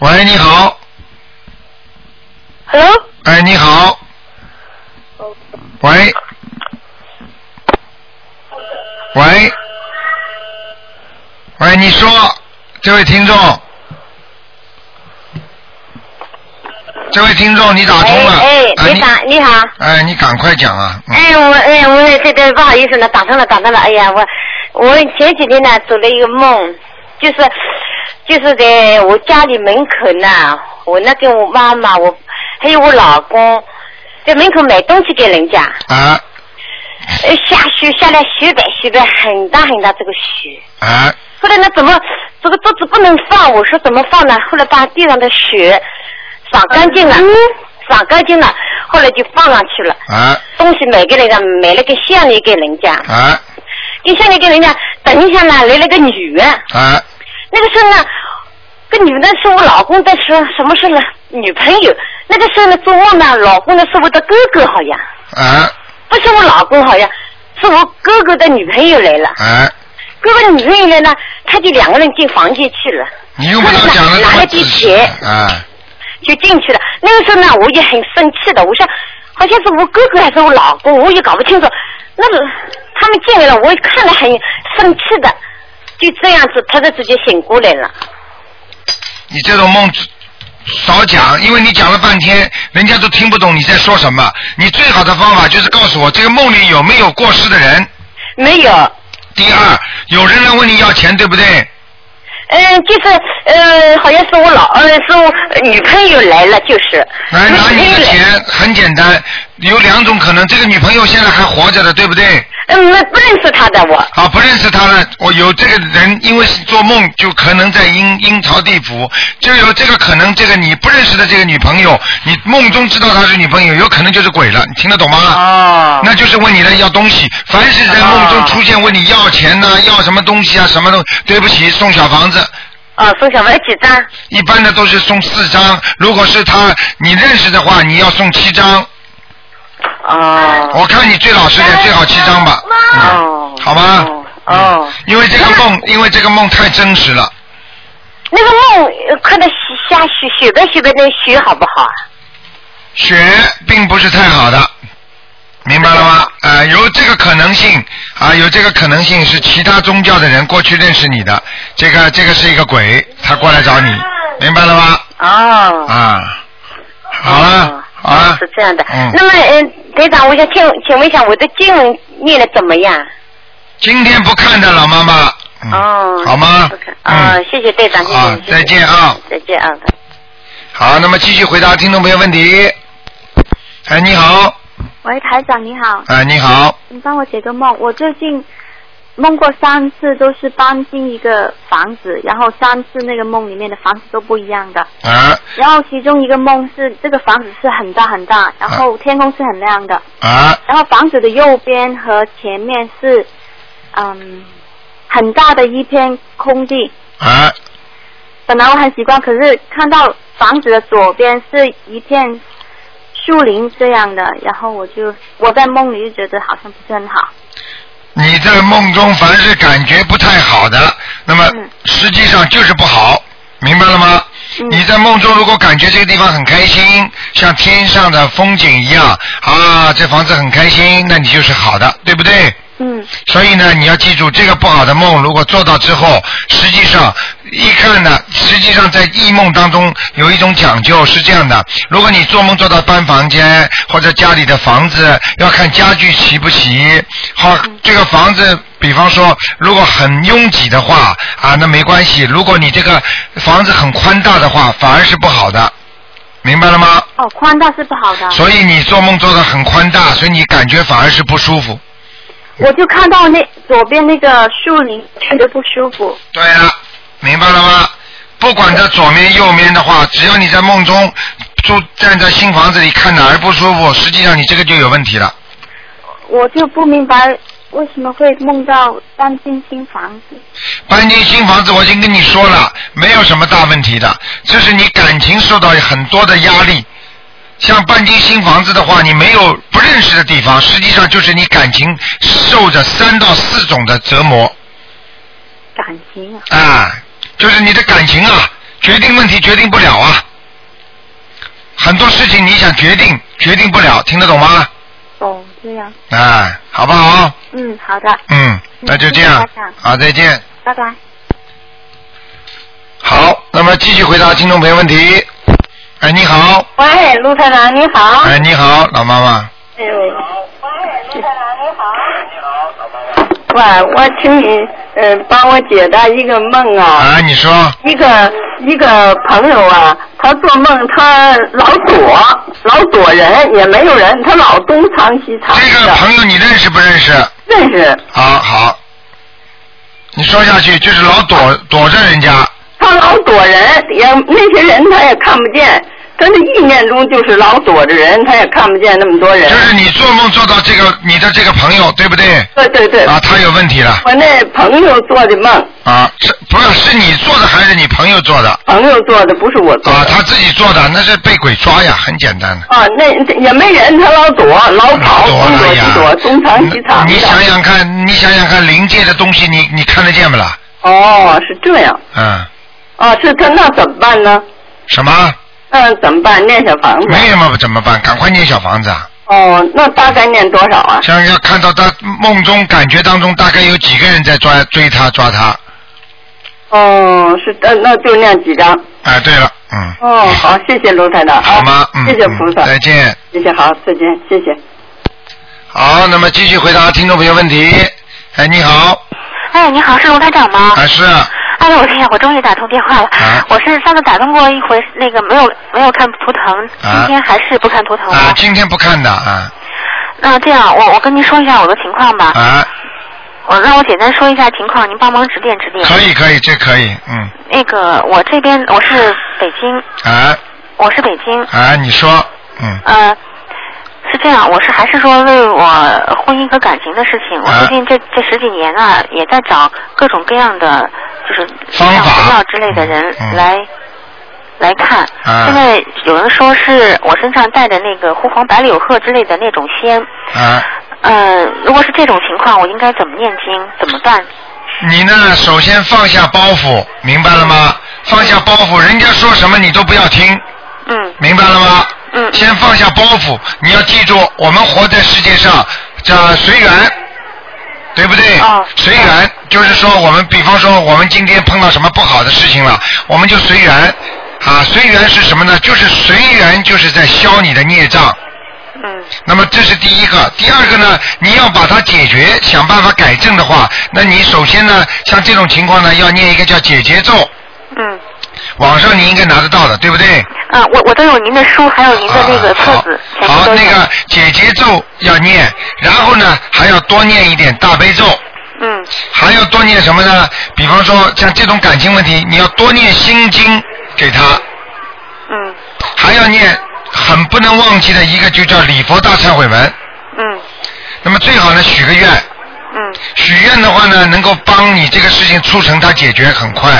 喂，你好， Hello，哎，你好，喂，喂，喂，你说，这位听众，这位听众，你打通了，哎啊哎，你打你好，哎，你赶快讲啊，嗯哎我哎我这个不好意思呢，打通了打通了，哎呀我我前几天呢做了一个梦，就是就是在我家里门口呢，我那跟我妈妈我还有我老公在门口买东西给人家，啊呃下雪下来雪白雪白很大很大这个雪。啊后来呢，怎么这个桌子不能放？我说怎么放呢？后来把地上的雪扫干净了，扫干净了，后来就放上去了。啊东西买给人家，买了个项链给人家，啊给项链给人家。等一下呢，来了个女的，啊那个时候呢，个女的是我老公的时候，什么时候呢？女朋友。那个时候呢，做梦呢，老公呢是我的哥哥，好像啊不是我老公，好像是我哥哥的女朋友来了。啊！哥哥的女朋友来了，他就两个人进房间去了。你用不着讲的这 拿拿么了仔地细铁啊就进去了。那个时候呢，我也很生气的，我想好像是我哥哥还是我老公，我也搞不清楚。那个他们进来了，我看了很生气的，就这样子，他就直接醒过来了。你这种梦少讲，因为你讲了半天，人家都听不懂你在说什么。你最好的方法就是告诉我这个梦里有没有过世的人。没有。第二，有人来问你要钱，对不对？嗯，就是呃，好像是我老呃是我女朋友来了，就是来哎拿你的钱，很简单，有两种可能，这个女朋友现在还活着的，对不对？嗯，那不认识他的我。啊，不认识他了，我有这个人，因为是做梦，就可能在阴阴曹地府，就有这个可能，这个你不认识的这个女朋友，你梦中知道她是女朋友，有可能就是鬼了，你听得懂吗？哦。那就是问你的要东西，凡是在梦中出现问你要钱呐、要什么东西啊，什么东西，对不起，送小房子。啊，送小房子几张？一般的都是送四张，如果是他你认识的话，你要送七张。哦。我看你最老实点，最好七张吧。嗯哦。好吗？哦。因为这个梦，因为这个梦太真实了。那个梦呃可能瞎许许的许的那许好不好啊？血并不是太好的，明白了吗？呃，有这个可能性啊，有这个可能性是其他宗教的人过去认识你的，这个这个是一个鬼，他过来找你，明白了吗？哦。啊，好了，好了，是这样的。嗯那么，嗯、队长，我想请请问一下，我的经文念的怎么样？今天不看的老妈妈，嗯哦。好吗？嗯啊、谢谢队长，谢谢。啊谢谢再见啊。再见啊。好，那么继续回答听众朋友问题。哎，你好，喂，台长你好，哎，你好，你帮我解个梦。我最近梦过三次，都是搬进一个房子，然后三次那个梦里面的房子都不一样的。啊然后其中一个梦是这个房子是很大很大，然后天空是很亮的，啊然后房子的右边和前面是嗯很大的一片空地。啊本来我很习惯，可是看到房子的左边是一片树林这样的，然后我就我在梦里就觉得好像不是很好。你在梦中凡是感觉不太好的，那么实际上就是不好，明白了吗？你在梦中如果感觉这个地方很开心，像天上的风景一样啊，这房子很开心，那你就是好的，对不对？嗯。所以呢，你要记住，这个不好的梦如果做到之后，实际上一看呢，实际上在异梦当中有一种讲究是这样的：如果你做梦做到搬房间或者家里的房子，要看家具齐不齐。好，这个房子，比方说如果很拥挤的话啊，那没关系；如果你这个房子很宽大的话，反而是不好的，明白了吗？哦，宽大是不好的。所以你做梦做的很宽大，所以你感觉反而是不舒服。我就看到那左边那个树林，觉得不舒服。对了，明白了吗？不管在左面右面的话，只要你在梦中住站在新房子里看哪儿不舒服，实际上你这个就有问题了。我就不明白为什么会梦到搬进新房子。搬进新房子，我已经跟你说了，没有什么大问题的，就是你感情受到很多的压力。像搬进新房子的话，你没有不认识的地方，实际上就是你感情受着三到四种的折磨感情啊，啊，就是你的感情啊，决定问题决定不了啊。很多事情你想决定，决定不了，听得懂吗？哦，这样。啊，好不好？嗯，好的，嗯，那就这样嗯谢谢台长，好，再见。拜拜。好，那么继续回答听众朋友问题。哎，你好，喂，卢台长，你好。哎，你好，老妈妈，哎呦。喂，卢台长，你好。喂，我请你呃帮我解答一个梦啊。啊，你说，一个一个朋友啊，他做梦他老躲老躲人，也没有人，他老东藏西藏这个朋友你认识不认识？认识。好好，你说下去，就是老躲啊躲着人家，他老躲人，也那些人他也看不见，他的意念中就是老躲着人，他也看不见那么多人。就是你做梦做到这个你的这个朋友，对不对？对对对。啊，他有问题了我那朋友做的梦，啊，是不是是你做的还是你朋友做的？朋友做的不是我做的。啊，他自己做的，那是被鬼抓呀，很简单的。啊，那也没人，他老躲，老跑，躲东了躲呀西躲，东藏西藏的。你想想看，你想想看，灵界的东西你，你看得见不啦？哦，是这样。嗯，啊，是他那怎么办呢？什么？嗯，怎么办？念小房子。没什么怎么办？赶快念小房子啊！哦，那大概念多少啊？像要看到他梦中感觉当中大概有几个人在抓追他抓他。哦，是，呃，那就念几张。哎，对了，嗯，哦，好，谢谢卢台长。好吗？啊嗯，谢谢菩萨。再见。谢谢，好，再见，谢谢。好，那么继续回答听众朋友问题。哎，你好，哎，你好，是卢台长吗？啊是啊哎呦我天呀，我终于打通电话了。我是上次打通过一回，那个没有没有看图腾，今啊天还是不看图腾吗？啊，今天不看的啊那这样，我我跟您说一下我的情况吧。啊，我让我简单说一下情况，您帮忙指点指点。可以可以，这可以，嗯那个我这边我是北京，啊我是北京，啊，你说，嗯呃，是这样，我是还是说为我婚姻和感情的事情，我啊最近这这十几年啊，也在找各种各样的就是方法药之类的人来、来看。嗯啊现在有人说是我身上带的那个护黄白柳鹤之类的那种仙，啊，呃，如果是这种情况，我应该怎么念经？怎么办？你呢，首先放下包袱，明白了吗？放下包袱，人家说什么你都不要听。嗯。明白了吗？嗯。先放下包袱，你要记住，我们活在世界上，这随缘，对不对？哦随缘，就是说我们，比方说我们今天碰到什么不好的事情了，我们就随缘。啊，随缘是什么呢？就是随缘，就是在消你的孽障。那么这是第一个，第二个呢，你要把它解决，想办法改正的话，那你首先呢，像这种情况呢，要念一个叫解结咒。嗯。网上你应该拿得到的，对不对？啊啊，我我都有您的书，还有您的那个册子，全部好，都有。那个解结咒要念，然后呢还要多念一点大悲咒。嗯。还要多念什么呢？比方说像这种感情问题，你要多念心经给他。嗯。还要念很不能忘记的一个，就叫礼佛大忏悔文。嗯。那么最好呢，许个愿。嗯。许愿的话呢，能够帮你这个事情促成它解决很快，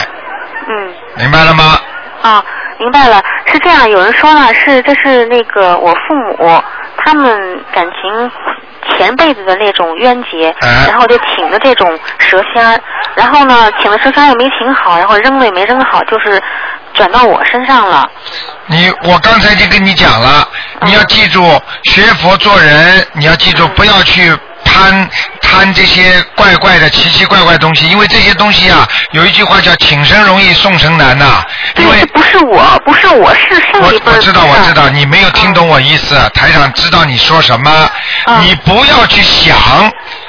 嗯。明白了吗？啊，明白了，是这样。有人说呢，是这是那个我父母他们感情前辈子的那种冤结，然后就请的这种蛇仙儿，然后呢，请了蛇仙儿又没请好，然后扔了也没扔好，就是转到我身上了。你我刚才就跟你讲了，你要记住学佛做人，你要记住不要去攀贪这些怪怪的、奇奇怪怪的东西，因为这些东西啊，有一句话叫“请神容易送神难”呐。因为不是我，不是我，是上一我我知道，我知道，你没有听懂我意思，台长知道你说什么，嗯你不要去想。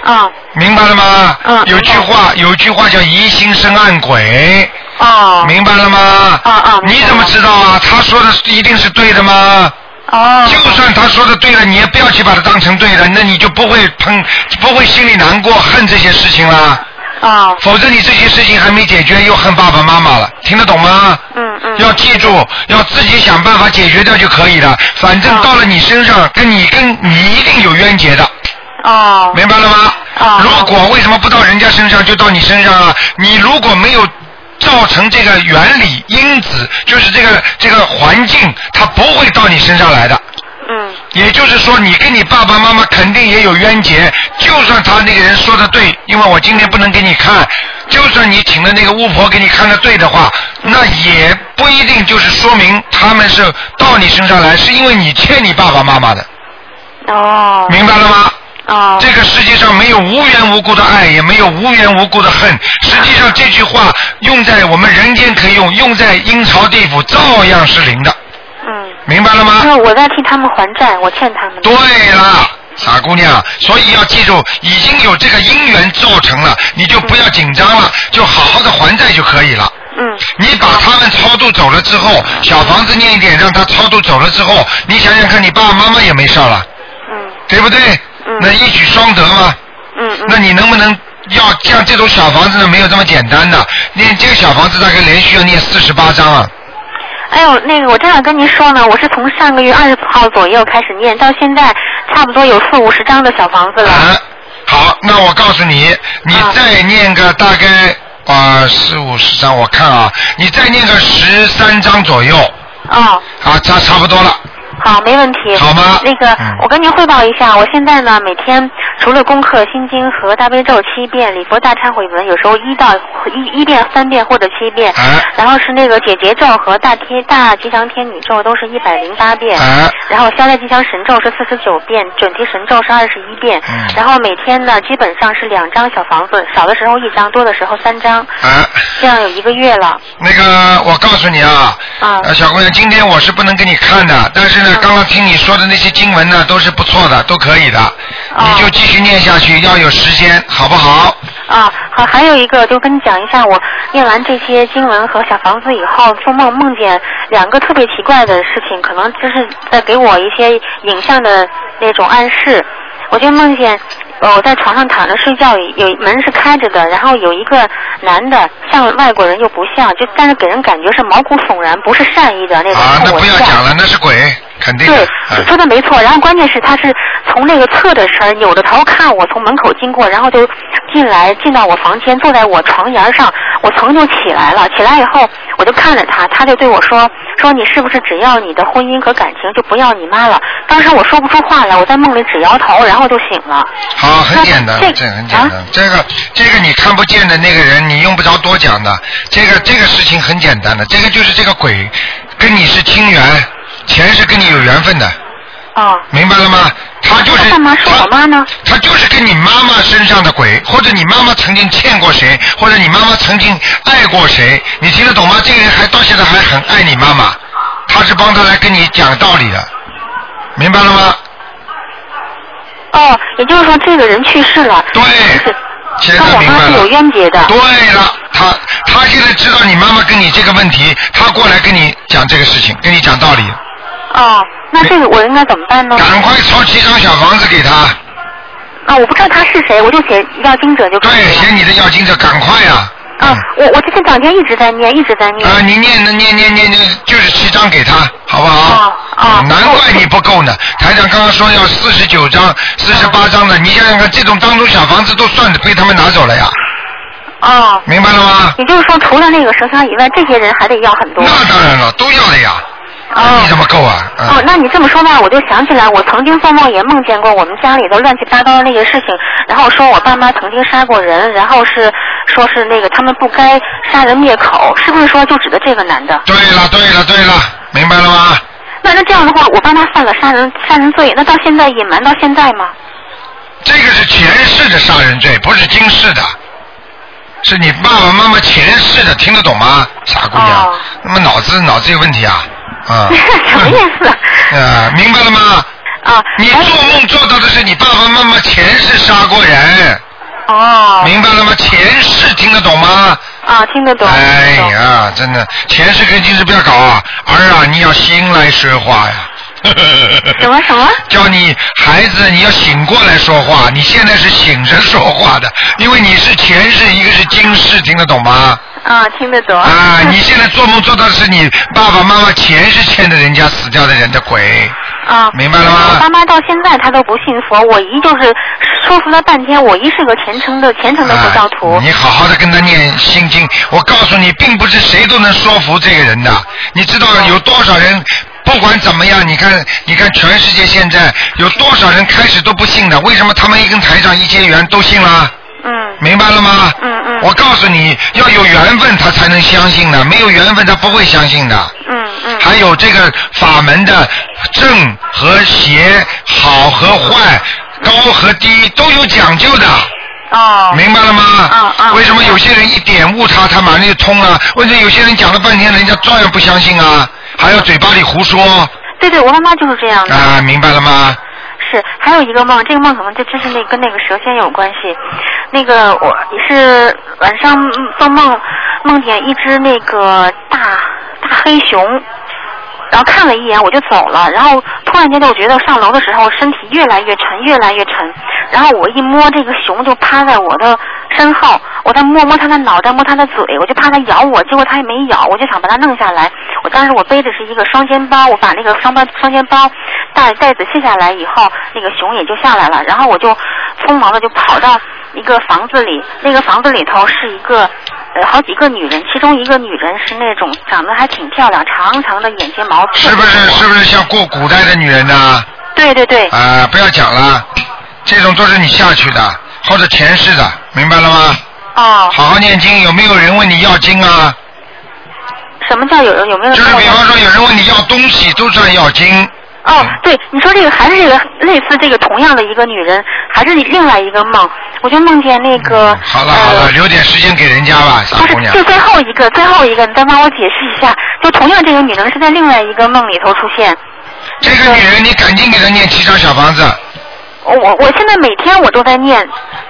啊。明白了吗？嗯。有句话，有句话叫“疑心生暗鬼”。哦。明白了吗？啊啊。你怎么知道啊？他说的一定是对的吗？哦。就算他说的对了，你也不要去把它当成对的，那你就不会碰，不会心里难过、恨这些事情了。啊。否则你这些事情还没解决，又恨爸爸妈妈了，听得懂吗？嗯嗯。要记住，要自己想办法解决掉就可以了。反正到了你身上，跟你跟你一定有冤结的。哦。明白了吗？如果为什么不到人家身上就到你身上啊？你如果没有造成这个原理因子，就是这个这个环境，它不会到你身上来的。嗯。也就是说，你跟你爸爸妈妈肯定也有冤结。就算他那个人说的对，因为我今天不能给你看，就算你请的那个巫婆给你看的对的话，那也不一定就是说明他们是到你身上来，是因为你欠你爸爸妈妈的。哦。明白了吗？哦。这个世界上没有无缘无故的爱，也没有无缘无故的恨。实际上这句话用在我们人间可以用，用在阴曹地府照样是灵的。嗯。明白了吗？就是我在替他们还债，我欠他们。对了，傻姑娘，所以要记住，已经有这个因缘造成了，你就不要紧张了，就好好的还债就可以了。嗯。你把他们超度走了之后，小房子念一点，让他超度走了之后，你想想看，你爸爸妈妈也没事儿了。嗯。对不对？嗯。那一举双得嘛。嗯那你能不能要像这种小房子呢？没有这么简单的，念这个小房子大概连续要念四十八章啊。哎呦，那个我正想跟您说呢，我是从上个月二十号左右开始念，到现在差不多有四五十张的小房子了。好，那我告诉你，你啊再念个大概啊四五十张，我看啊，你再念个十三张左右。啊。啊，差差不多了。好，没问题。好吗嗯那个，我跟您汇报一下，我现在呢每天除了功课《心经》和大悲咒七遍、礼佛大忏悔文，有时候一到一一遍、三遍或者七遍，哎然后是那个解结咒和大天大吉祥天女咒都是一百零八遍，哎然后消灾吉祥神咒是四十九遍，准提神咒是二十一遍，嗯然后每天呢基本上是两张小房子，少的时候一张，多的时候三张，啊这样有一个月了。那个，我告诉你啊，啊嗯呃，小姑娘，今天我是不能给你看的，但是呢，刚刚听你说的那些经文呢，都是不错的，都可以的，哦你就继续念下去，要有时间，好不好？啊，好，还有一个就跟你讲一下，我念完这些经文和小房子以后，做梦梦见两个特别奇怪的事情，可能就是在给我一些影像的那种暗示。我就梦见呃我在床上躺着睡觉，有门是开着的，然后有一个男的，像外国人又不像，就但是给人感觉是毛骨悚然，不是善意的那种。啊，那冲我不要笑讲了，那是鬼，肯定的。啊对，说的没错。然后关键是他是从那个侧着身儿扭着头看我从门口经过，然后就进来进到我房间，坐在我床沿儿上。我从就起来了，起来以后我就看着他，他就对我说说你是不是只要你的婚姻和感情就不要你妈了？当时我说不出话来，我在梦里只摇头，然后就醒了。好，很简单，那这这很简单。这个这个你看不见的那个人，你用不着多讲的。这个这个事情很简单的，这个就是这个鬼跟你是亲缘，前世跟你有缘分的。哦。明白了吗？他就是干嘛说我妈呢他？他就是跟你妈妈身上的鬼，或者你妈妈曾经欠过谁，或者你妈妈曾经爱过谁，你听得懂吗？这个人还到现在还很爱你妈妈，他是帮他来跟你讲道理的，明白了吗？哦，也就是说这个人去世了。对。现在跟我明妈白是有了。冤结的。对了，他他现在知道你妈妈跟你这个问题，他过来跟你讲这个事情，跟你讲道理，哦，那这个我应该怎么办呢？赶快抄几张小房子给他。啊，我不知道他是谁，我就写要经者就可以了。对，写你的要经者，赶快啊！啊，我我这这两天一直在念，一直在念。啊，你念的念念念念，就是七张给他，好不好？啊难怪你不够呢。台长刚刚说要四十九张、四十八张的，你想想看，这种当中小房子都算被他们拿走了呀。哦。明白了吗？也就是说，除了那个蛇香以外，这些人还得要很多。那当然了，都要的呀。哦。你怎么够啊？嗯哦，那你这么说吧，我就想起来，我曾经做梦也梦见过我们家里头乱七八糟的那些事情，然后说我爸妈曾经杀过人，然后是说是那个他们不该杀人灭口，是不是说就指的这个男的？对了，对了，对了，明白了吗？那那这样的话，我爸妈犯了杀人杀人罪，那到现在隐瞒到现在吗？这个是前世的杀人罪，不是今世的，是你爸爸妈妈前世的，听得懂吗？傻姑娘，那么脑子脑子有问题啊？啊、哦 什么意思？ 呃，明白了吗？啊，你做梦做到的是你爸爸妈妈前世杀过人。哦。明白了吗？前世听得懂吗？啊，听得懂。哎呀，真的，前世跟今世不要搞啊！儿啊，你要心来说话呀。 什么什么？叫你孩子，你要醒过来说话。你现在是醒着说话的，因为你是前世，一个是今世，听得懂吗？啊，听得懂。 啊，你现在做梦做到的是你爸爸妈妈前世欠的人家死掉的人的鬼。啊，明白了吗我爸妈到现在他都不信佛，我姨就是说服了半天，我姨是个虔诚的虔诚的啊佛教徒。你好好的跟他念心经，我告诉你，并不是谁都能说服这个人的。你知道有多少人，不管怎么样，你看，你看全世界现在有多少人开始都不信的？为什么他们一跟台上一结缘都信了？嗯。明白了吗？嗯嗯。我告诉你，要有缘分他才能相信的，没有缘分他不会相信的。嗯嗯。还有这个法门的正和邪、好和坏、高和低都有讲究的。哦。明白了吗？啊啊。为什么有些人一点悟他，他马上就通了？为什么有些人讲了半天，人家照样不相信啊？还要嘴巴里胡说对对，我妈妈就是这样的。啊？明白了吗？是，还有一个梦，这个梦可能就真是那跟那个蛇仙有关系。那个我是晚上做梦，梦见一只那个大大黑熊，然后看了一眼我就走了，然后突然间就我觉得上楼的时候身体越来越沉，越来越沉，然后我一摸这个熊就趴在我的身后，我在摸摸它的脑袋，摸它的嘴，我就怕它咬我，结果它也没咬，我就想把它弄下来。我当时我背的是一个双肩包，我把那个双包双肩包带带子卸下来以后，那个熊也就下来了，然后我就匆忙的就跑到一个房子里，那个房子里头是一个呃好几个女人，其中一个女人是那种长得还挺漂亮，长长的眼睫毛，是不是是不是像过古代的女人呐、对对对啊？，不要讲了，这种都是你下去的或者前世的，明白了吗？哦，好好念经，有没有人问你要经啊？什么叫有人有没有？就是比方说有人问你要东西，都算要经。哦，对，你说这个还是这个类似这个同样的一个女人，还是另外一个梦，我就梦见那个好了好了，留点时间给人家吧，傻嗯姑娘嗯就。最后一个，最后一个，你再帮我解释一下。就同样这个女人是在另外一个梦里头出现。这个女人，你赶紧给她念七张小房子，我我我现在每天我都在念，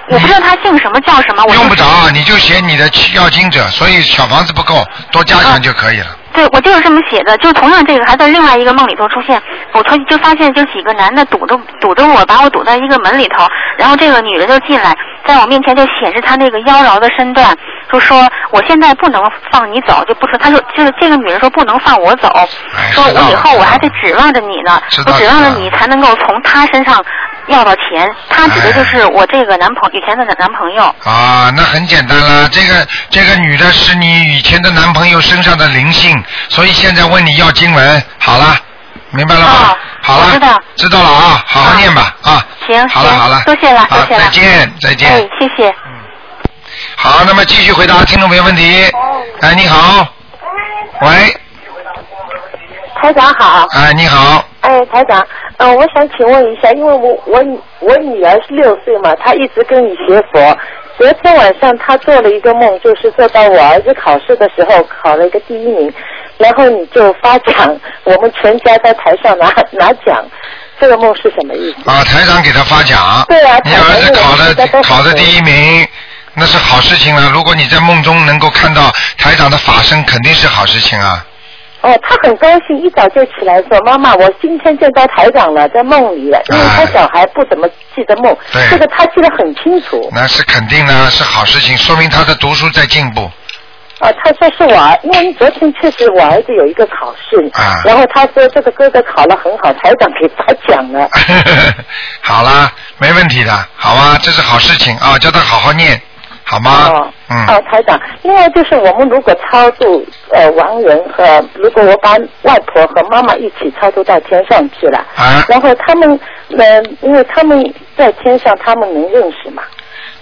我不知道她姓什么叫什么，我用不着，啊你就写你的七要经者，所以小房子不够，多加强就可以了。对我就是这么写的，就同样这个还在另外一个梦里头出现，我突就发现就几个男的堵着堵着我，把我堵在一个门里头，然后这个女的就进来，在我面前就显示她那个妖娆的身段，就说我现在不能放你走，就不说她说就是这个女人说不能放我哎走，说我以后我还得指望着你呢，知我道指望着你才能够从她身上要到钱，她指哎的就是我这个男朋以前的男朋友。啊，那很简单啦，这个这个女的是你以前的男朋友身上的灵性，所以现在问你要经文，好了，明白了吗？好啊了，知道了啊，好好念吧啊。行，好了行好了多谢了，多好谢了，再见再见哎，谢谢。好，那么继续回答听众朋友问题。哎，你好，喂，台长好，哎，你好，哎，台长，嗯、我想请问一下，因为我我女我女儿是六岁嘛，她一直跟你学佛。昨天晚上她做了一个梦，就是做到我儿子考试的时候考了一个第一名，然后你就发奖，我们全家在台上拿拿奖，这个梦是什么意思？啊，台长给他发奖。对啊你儿子考台长因为我们大家的都考的第一名，那是好事情啊了。如果你在梦中能够看到台长的法身，肯定是好事情啊。哦，她很高兴，一早就起来说：“妈妈，我今天见到台长了，在梦里了。”因为她小孩不怎么记得梦，对这个她记得很清楚。那是肯定的，是好事情，说明他的读书在进步。啊，他说是我儿，因为昨天确实我儿子有一个考试，啊然后他说这个哥哥考得很好，台长给他讲 了。嗯好啦，没问题的，好啊，这是好事情啊，叫他好好念，好吗？哦嗯。哦，台长，另外就是我们如果超度呃亡人和，如果我把外婆和妈妈一起超度到天上去了，啊、然后他们，呃，因为他们在天上，他们能认识嘛？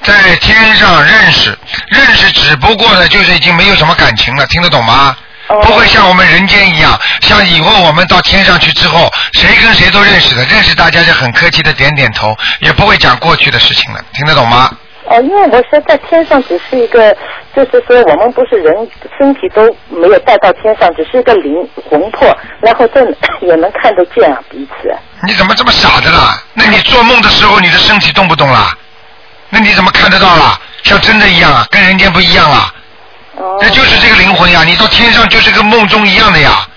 在天上认识，认识只不过呢，就是已经没有什么感情了，听得懂吗？不会像我们人间一样，像以后我们到天上去之后，谁跟谁都认识的，认识大家就很客气的点点头，也不会讲过去的事情了，听得懂吗？哦，因为我说在天上只是一个，就是说我们不是人身体都没有带到天上，只是一个灵魂魄，然后这 也能看得见啊彼此。你怎么这么傻的啦？那你做梦的时候，你的身体动不动啦？那你怎么看得到啦？像真的一样啊，跟人间不一样啦。哦那就是这个灵魂呀，你到天上就是跟梦中一样的呀。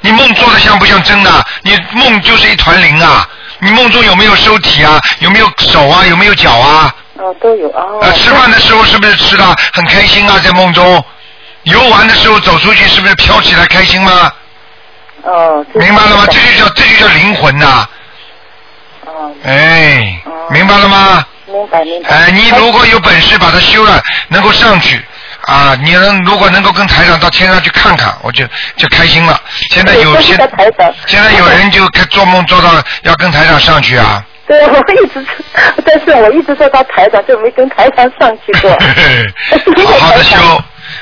你梦做的像不像真的？你梦就是一团灵啊。你梦中有没有收体啊？有没有手啊？有没有脚啊？哦，都有哦。呃，吃饭的时候是不是吃的很开心啊？在梦中，游玩的时候走出去是不是飘起来开心吗？哦，明白了吗？这就叫这就叫灵魂呐、哦哎，明白了吗？明白明白。哎，你如果有本事把它修了，能够上去啊，你能如果能够跟台长到天上去看看，我就就开心了。现在有对些都是在台长现在有人就开做梦做到要跟台长上去啊， 对，我一直，但是我一直做到台长，就没跟台长上去过。 好好的修，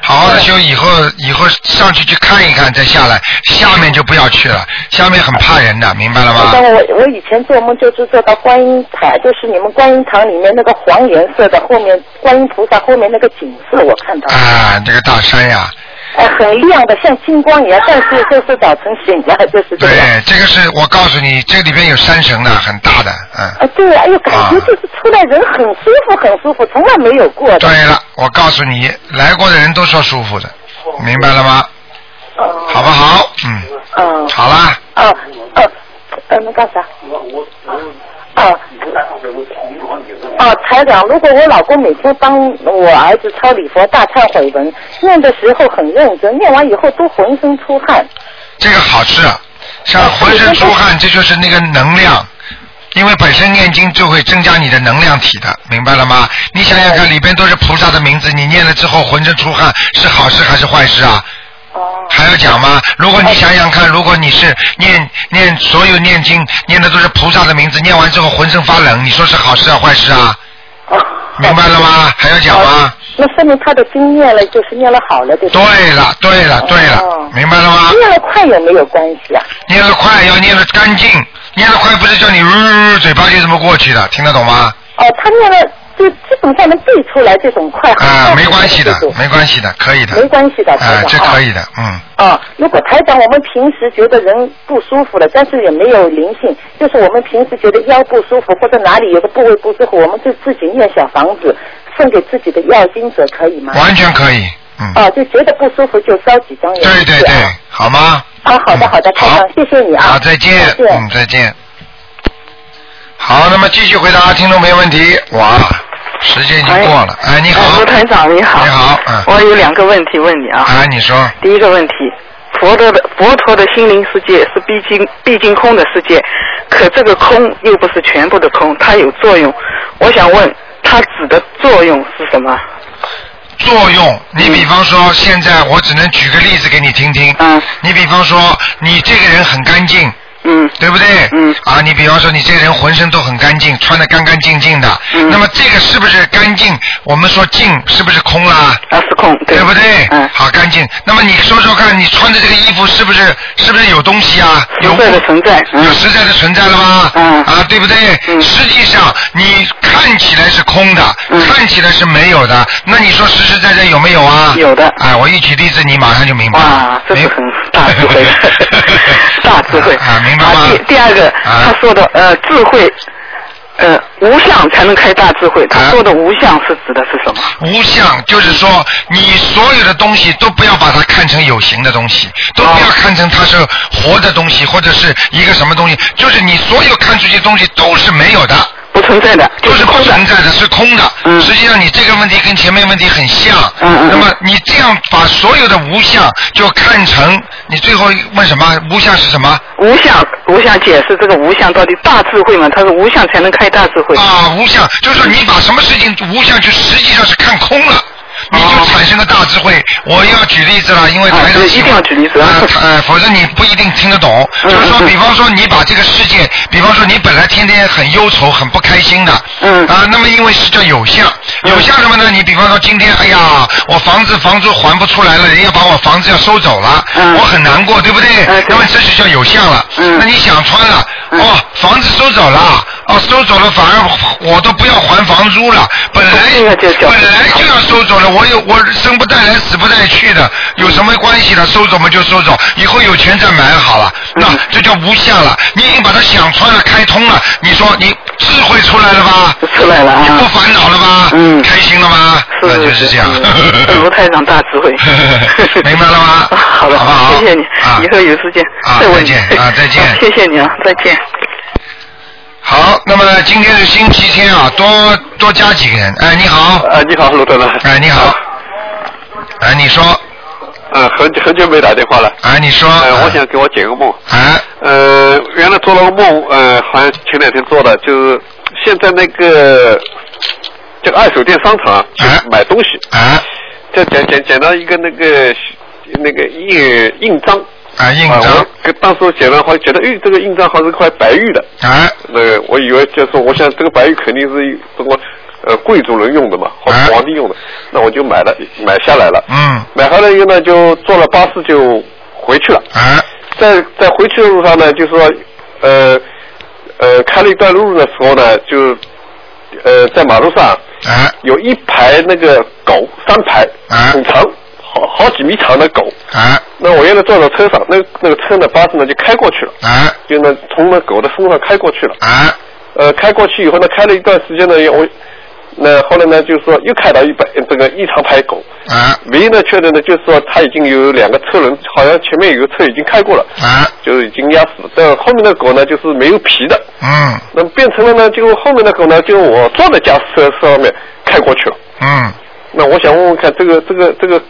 好好的修，以后以后上去去看一看再下来，下面就不要去了，下面很怕人的，明白了吗？但我我以前做梦就是做到观音台，就是你们观音堂里面那个黄颜色的，后面观音菩萨后面那个景色，我看到了。啊，这个大山呀、哎，很亮的，像金光一样，但是就是早晨醒来就是这样。对，这个是我告诉你，这里边有山神的，很大的，嗯。啊，对，哎呦，感觉就是出来人很舒服，很舒服，从来没有过的。对了，我告诉你，来过的人都说舒服的，明白了吗？好不好？嗯。嗯。好啦。啊啊，呃，那干啥？啊。啊，台长，如果我老公每天帮我儿子抄礼佛大忏悔文，念的时候很认真，念完以后都浑身出汗。啊这个好吃，像浑身出汗，这就是那个能量。因为本身念经就会增加你的能量体的，明白了吗？你想想看，里边都是菩萨的名字，你念了之后浑身出汗，是好事还是坏事啊？还要讲吗？如果你想想看，如果你是念念所有念经念的都是菩萨的名字，念完之后浑身发冷，你说是好事啊坏事啊？明白了吗？还要讲哦吗？那说明他的经念了，就是念了好了，对吧？对了，对了，对哦了，明白了吗？念了快有没有关系啊？念得快要念得干净，念得快不是叫你呜、嘴巴就这么过去的，听得懂吗？哦，他念了就基本上能背出来这种快。啊、没关系的，没关系的，可以的。没关系的，啊、台这长可哦以的，嗯。啊，如果台长，我们平时觉得人不舒服了，但是也没有灵性，就是我们平时觉得腰不舒服或者哪里有个部位不舒服，我们就自己念小房子送给自己的要经者，可以吗？完全可以，嗯。哦、就觉得不舒服就烧几张也对对对，好吗？啊，好的好的，台长，谢谢你啊。好，再见，再见嗯，再见。好，那么继续回答听众朋友问题。哇，时间已经过了。哎，你好，卢台长，你好。你好，嗯。我有两个问题问你啊。啊，你说。第一个问题，佛的佛陀的心灵世界是毕竟毕竟空的世界，可这个空又不是全部的空，它有作用。我想问，它指的作用是什么？嗯作用。你比方说，现在我只能举个例子给你听听。嗯。你比方说，你这个人很干净。嗯。对不对？嗯。啊，你比方说，你这个人浑身都很干净，穿的干干净净的。嗯。那么这个是不是干净？我们说净是不是空啦？啊，是空。对不对？嗯。好，干净。那么你说说看，你穿的这个衣服是不是是不是有东西啊？有实在的存在。嗯有实在的存在了吗？嗯。啊，对不对？实际上你看起来是空的，嗯看起来是没有的，那你说实实在在有没有啊？有的。哎，我一举例子，你马上就明白了。哇，这是很大智 慧，大智慧啊，明啊白吗？第第二个，他说的呃，智慧，呃，无相才能开大智慧。啊他说的无相是指的是什么？无相就是说，你所有的东西都不要把它看成有形的东西，都不要看成它是活的东西或者是一个什么东西，就是你所有看出去的东西都是没有的。不存在的，就是不存在的，是空的。嗯、实际上，你这个问题跟前面问题很像。嗯嗯、那么，你这样把所有的无相就看成，你最后问什么？无相是什么？无相，无相解释这个无相到底大智慧嘛？他说无相才能开大智慧。啊，无相就是说你把什么事情无相，就实际上是看空了。你就产生了大智慧。我要举例子了，因为台上啊一定要举例子啊，嗯呃，否则你不一定听得懂。就是说，比方说你把这个世界，比方说你本来天天很忧愁、很不开心的，嗯，啊，那么因为是叫有相，有相什么呢？你比方说今天，哎呀，我房子房租还不出来了，人家把我房子要收走了，我很难过，对嗯不对？嗯那么这就叫有相了。那你想穿了，哦，房子收走了，哦，收走了，反而我都不要还房租了，本来本来就要收走了。我有我生不带来死不带去的，嗯有什么关系呢？收走嘛就收走，以后有钱再买好了。嗯那这叫无相了，你已经把它想穿了、开通了。你说你智慧出来了吧？出来了啊！你不烦恼了吧？嗯，开心了吗？那就是这样， 卢台长大智慧。明白了吗？ 好的，好好？谢谢你，以后有时间啊再问再见啊再见好谢谢你啊，再见。好，那么今天是星期天啊，多多加几个人。哎，你好。哎，你好，卢德乐。哎，你好。哎，你说。嗯，很久很久没打电话了。哎，你说。呃，我想给我解个梦。哎。呃，原来做了个梦，呃，好像前两天做的，就是现在那个这个二手店商场去哎买东西。啊。这捡捡捡到一个那个那个印印章。啊，印啊，章我跟当时我捡了，好像觉得，哎，这个印章好像是块白玉的。啊。那个我以为就是，我想这个白玉肯定是中国呃贵族人用的嘛，或者哎皇帝用的，那我就买了，买下来了。嗯。买回来以后呢，就坐了巴士就回去了。啊。在在回去的路上呢，就是说，呃呃，开了一段路的时候呢，就呃在马路上啊有一排那个狗，三排，很长，好好几米长的狗。啊那我原来坐到车上，那那个车呢，巴士呢就开过去了，啊就呢从那狗的身上开过去了。啊呃，开过去以后呢，开了一段时间呢，我那后来呢，就是说又看到一百这个异常牌狗，啊唯一呢确认呢就是说它已经有两个车轮，好像前面有个车已经开过了，啊就是已经压死了，但后面的狗呢就是没有皮的，嗯那么变成了呢，就后面的狗呢就我坐在驾驶车上面开过去了。嗯那我想问问看，这个这个这个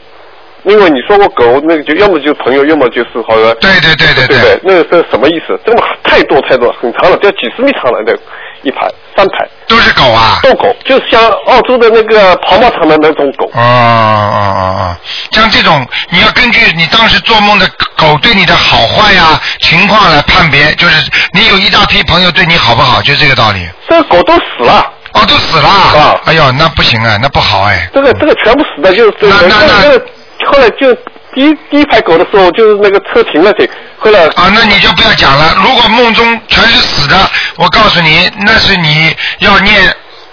因为你说过狗，那个就要么就是朋友，要么就是好像对对对对对对，那个是什么意思？这么太多太多，很长了，要几十米长了，那一排三排都是狗啊，斗狗，就像澳洲的那个跑马场的那种狗。哦哦哦哦，像这种你要根据你当时做梦的狗对你的好坏呀、情况来判别，就是你有一大批朋友对你好不好，就这个道理。这个狗都死了。哦，都死了。啊！哎呦，那不行啊，那不好哎。这个这个全部死的，就是那那那个后来就第一第一排狗的时候，就是那个车停了去，后来啊，那你就不要讲了。如果梦中全是死的，我告诉你，那是你要念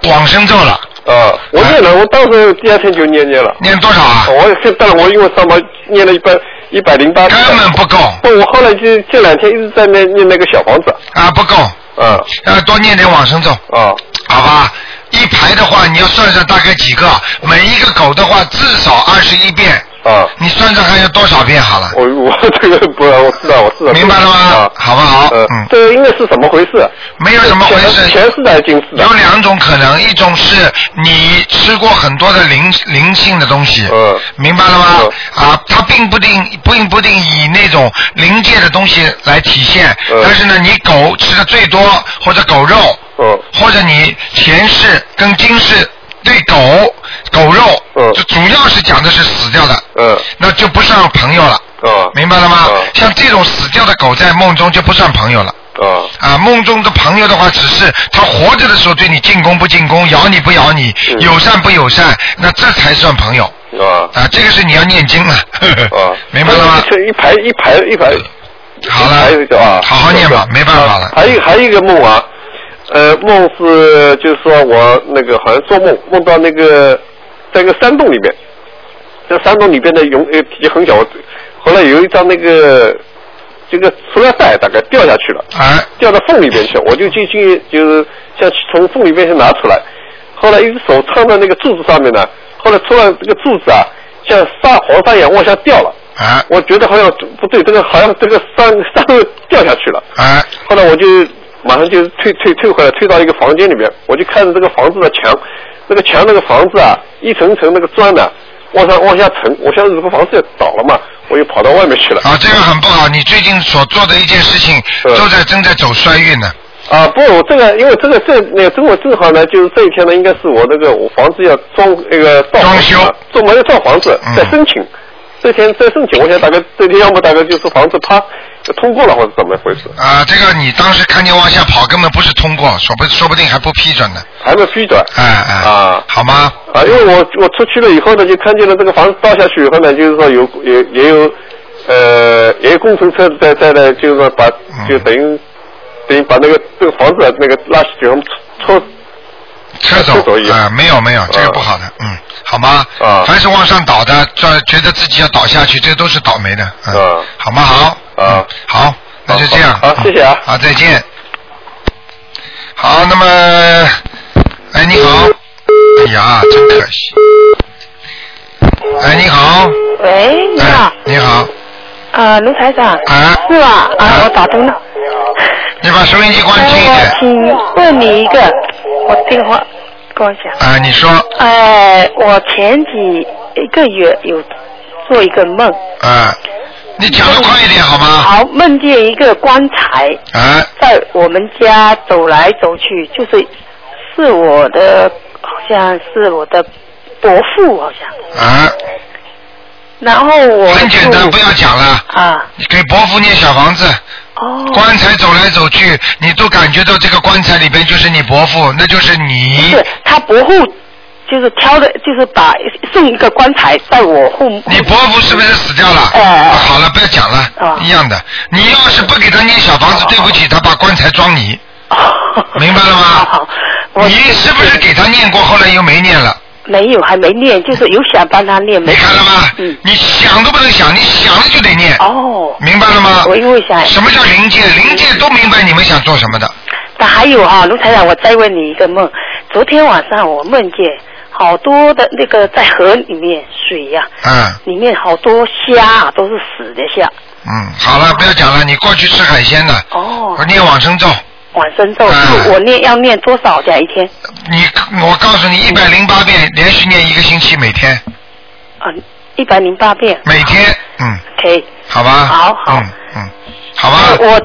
往生咒了。啊，我念了，我当时第二天就念念了。哎念多少啊？我现但是我因为上班念了一百一百零八。根本不够。不，我后来就这两天一直在那念那个小房子。啊，不够。嗯。要多念点往生咒。啊。好吧，一排的话，你要算算大概几个，每一个狗的话至少二十一遍。啊。你算算看要多少遍好了。我我这个不，我知道，我知道。明白了吗啊，好不好？嗯，这个应该是怎么回事？没有什么回事，前世的还是今世的？有两种可能，一种是你吃过很多的灵灵性的东西，呃明白了吗？啊，它并不定并不定以那种灵界的东西来体现，呃但是呢，你狗吃的最多或者狗肉，呃或者你前世跟今世。对狗狗肉，呃就主要是讲的是死掉的，那就不算朋友了，呃明白了吗？像这种死掉的狗在梦中就不算朋友了。啊啊，梦中的朋友的话，只是他活着的时候对你进攻不进攻，咬你不咬你，友善不友善，那这才算朋友。啊啊，这个是你要念经 了。啊，明白了吗？这一排一排一排。好了，还有一个啊，好好念吧没办法了啊还有还有一个梦啊，呃，梦是就是说我那个好像做梦，梦到那个在一个山洞里面，这山洞里边的永呃也很小，我后来有一张那个这个塑料袋大概掉下去了，啊，掉到缝里面去了，我就进去就是像从缝里面去拿出来，后来一只手撑在那个柱子上面呢，后来突然这个柱子啊像沙黄沙一样往下掉了。啊，我觉得好像不对，这个好像这个山山掉下去了。啊，后来我就马上就退退退回来，退到一个房间里面，我就看着这个房子的墙，那个墙那个房子啊，一层层那个砖呢、往上往下沉，我想这个房子要倒了嘛，我又跑到外面去了。啊，这个很不好，你最近所做的一件事情都在正在走衰运呢。啊，不，我这个因为这个这那个正我正好呢，就是这一天呢，应该是我那个我房子要装那个造装修，做没有造房子，嗯在申请。这天在申请，我想大概这天要么大概就是房子啪就通过了或者怎么回事，啊，这个你当时看见往下跑，根本不是通过，说不说不定还不批准呢。还没批准。哎哎。啊，好吗？啊，因为我我出去了以后呢，就看见了这个房子倒下去以后呢，就是说有也也有呃也有工程车在在那，就是说把嗯就等于等于把那个这个房子啊那个垃圾给我们拖拖撤走啊，没有没有，这个不好的，嗯，好吗？啊凡是往上倒的，这觉得自己要倒下去，这都是倒霉的，嗯，好吗？好，嗯啊，好，那就这样，嗯好，谢谢啊，好，再见。好，那么，哎，你好，哎呀，真可惜。哎，你好，喂，你好，你好，呃，卢台长，啊，是吧？啊，我打通了。你把收音机关轻一点。我请问你一个，我电话跟我讲。啊，你说，哎、我前几一个月有做一个梦，啊，你讲的快一点好吗？好，梦见一个棺材啊，在我们家走来走去，就是是我的，好像是我的伯父，好像。啊。然后我很简单，不要讲了。啊。你给伯父念小房子。哦。棺材走来走去，你都感觉到这个棺材里边就是你伯父，那就是你。是他伯父就是挑的，就是把送一个棺材在我后。你伯父是不是死掉了？哎啊好了，不要讲了，哦一样的。你要是不给他念小房子，对不起，他把棺材装你。哦明白了吗？你是不是给他念过，后来又没念了？没有，还没念，就是有想帮他念，没看了吗？嗯你想都不能想，你想了就得念。哦。明白了吗？我因为想。什么叫灵界？灵界都明白你们想做什么的。但还有哈、卢台长，我再问你一个梦。昨天晚上我梦见好多的那个在河里面水呀、嗯里面好多虾啊，都是死的虾。嗯，好了，不要讲了。你过去吃海鲜的，哦。我念往生咒。往生咒，哎我念要念多少下一天？你我告诉你，一百零八遍连续念一个星期，每天。啊，一百零八遍。每天，嗯， OK。好吧。好哦好。嗯嗯，好吧。我，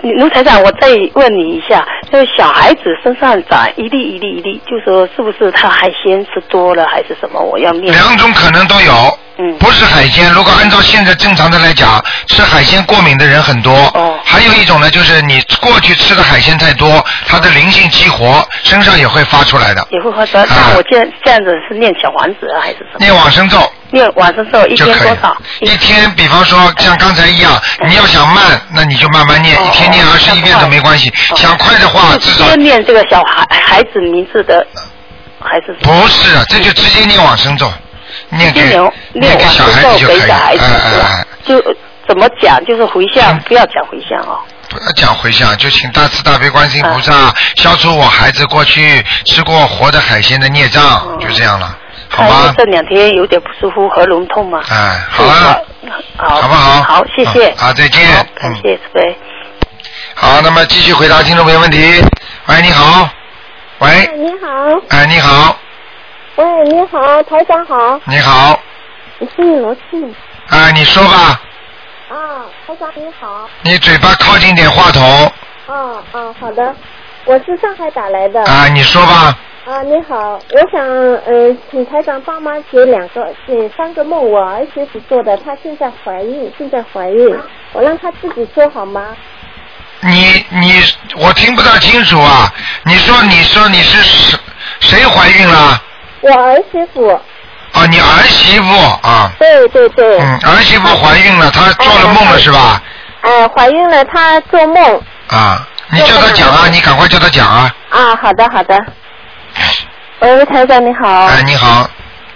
你卢台长，我再问你一下，就是小孩子身上长一粒一粒一粒，就说是不是他海鲜吃多了还是什么？我要念。两种可能都有。嗯。不是海鲜，如果按照现在正常的来讲，吃海鲜过敏的人很多。哦。还有一种呢，就是你过去吃的海鲜太多，它的灵性激活，身上也会发出来的。也会发烧。啊那我这样这样子是念小房子啊还是什么？念往生咒。念往生咒一就天可以多少？一天，比方说像刚才一样，你要想慢，那你就慢慢哦念，一天念二十一遍都没关系。想快的话，至少就念这个小孩孩子名字的，还是不是啊，这就直接念往生咒，念给念往念给小孩子就可以念往生咒给小了。孩哎子啊哎哎，就怎么讲？就是回嗯向，不要讲回向哦。不要讲回向，就请大慈大悲观世音菩萨消除我孩子过去吃过活的海鲜的孽嗯障，就这样了，好还有吗？这两天有点不舒服，喉咙痛嘛。哎，好了，好，好不好？嗯好，谢谢。好，好再见。感谢慈悲。好，那么继续回答听众朋友问题。喂，你好。喂，你好，哎，你好，哎喂，你好，台长好，你好，你是罗庆哎，你说吧，嗯啊，台长你好，你嘴巴靠近点话筒，啊啊，好的，我是上海打来的啊，你说吧，啊，你好，我想呃，请台长帮忙解两个、解三个梦，我儿媳妇做的，她现在怀孕，现在怀孕，我让她自己说好吗？你你我听不大清楚啊，你说你说你是谁谁怀孕了？我儿媳妇，哦，你儿媳妇啊，对对对，嗯，儿媳妇怀孕了，她做了梦了是吧？呃，怀孕了，她做梦啊，你叫她讲啊，你赶快叫她讲啊，啊，好的好的。喂，台长你好。哎，你好，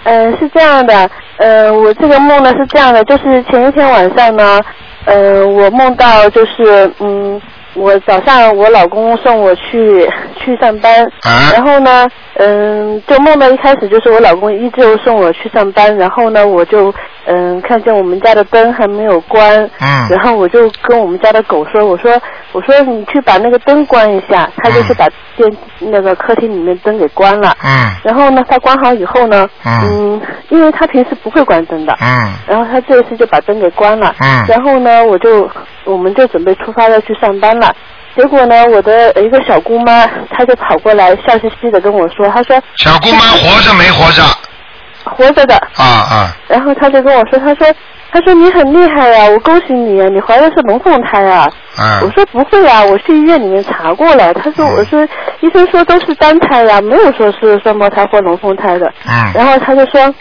嗯、是这样的，呃，我这个梦呢是这样的，就是前一天晚上呢，呃，我梦到就是，嗯，我早上我老公送我去去上班，然后呢，嗯、就梦到一开始就是我老公依旧送我去上班，然后呢，我就嗯、看见我们家的灯还没有关，嗯然后我就跟我们家的狗说，我说我说你去把那个灯关一下，他就去把电、那个客厅里面灯给关了，嗯然后呢，他关好以后呢，嗯嗯，因为他平时不会关灯的，嗯然后他这次就把灯给关了，嗯然后呢，我就我们就准备出发要去上班了，结果呢，我的一个小姑妈，她就跑过来笑嘻嘻的跟我说，她说小姑妈活着没活着？ 活着的，啊啊，然后她就跟我说，她说她说你很厉害呀、我恭喜你呀、你怀的是龙凤胎啊，我嗯，说不会啊，我去医院里面查过了，他说我说医生说都是单胎呀、没有说是双胞胎或龙凤胎的。嗯然后他就说，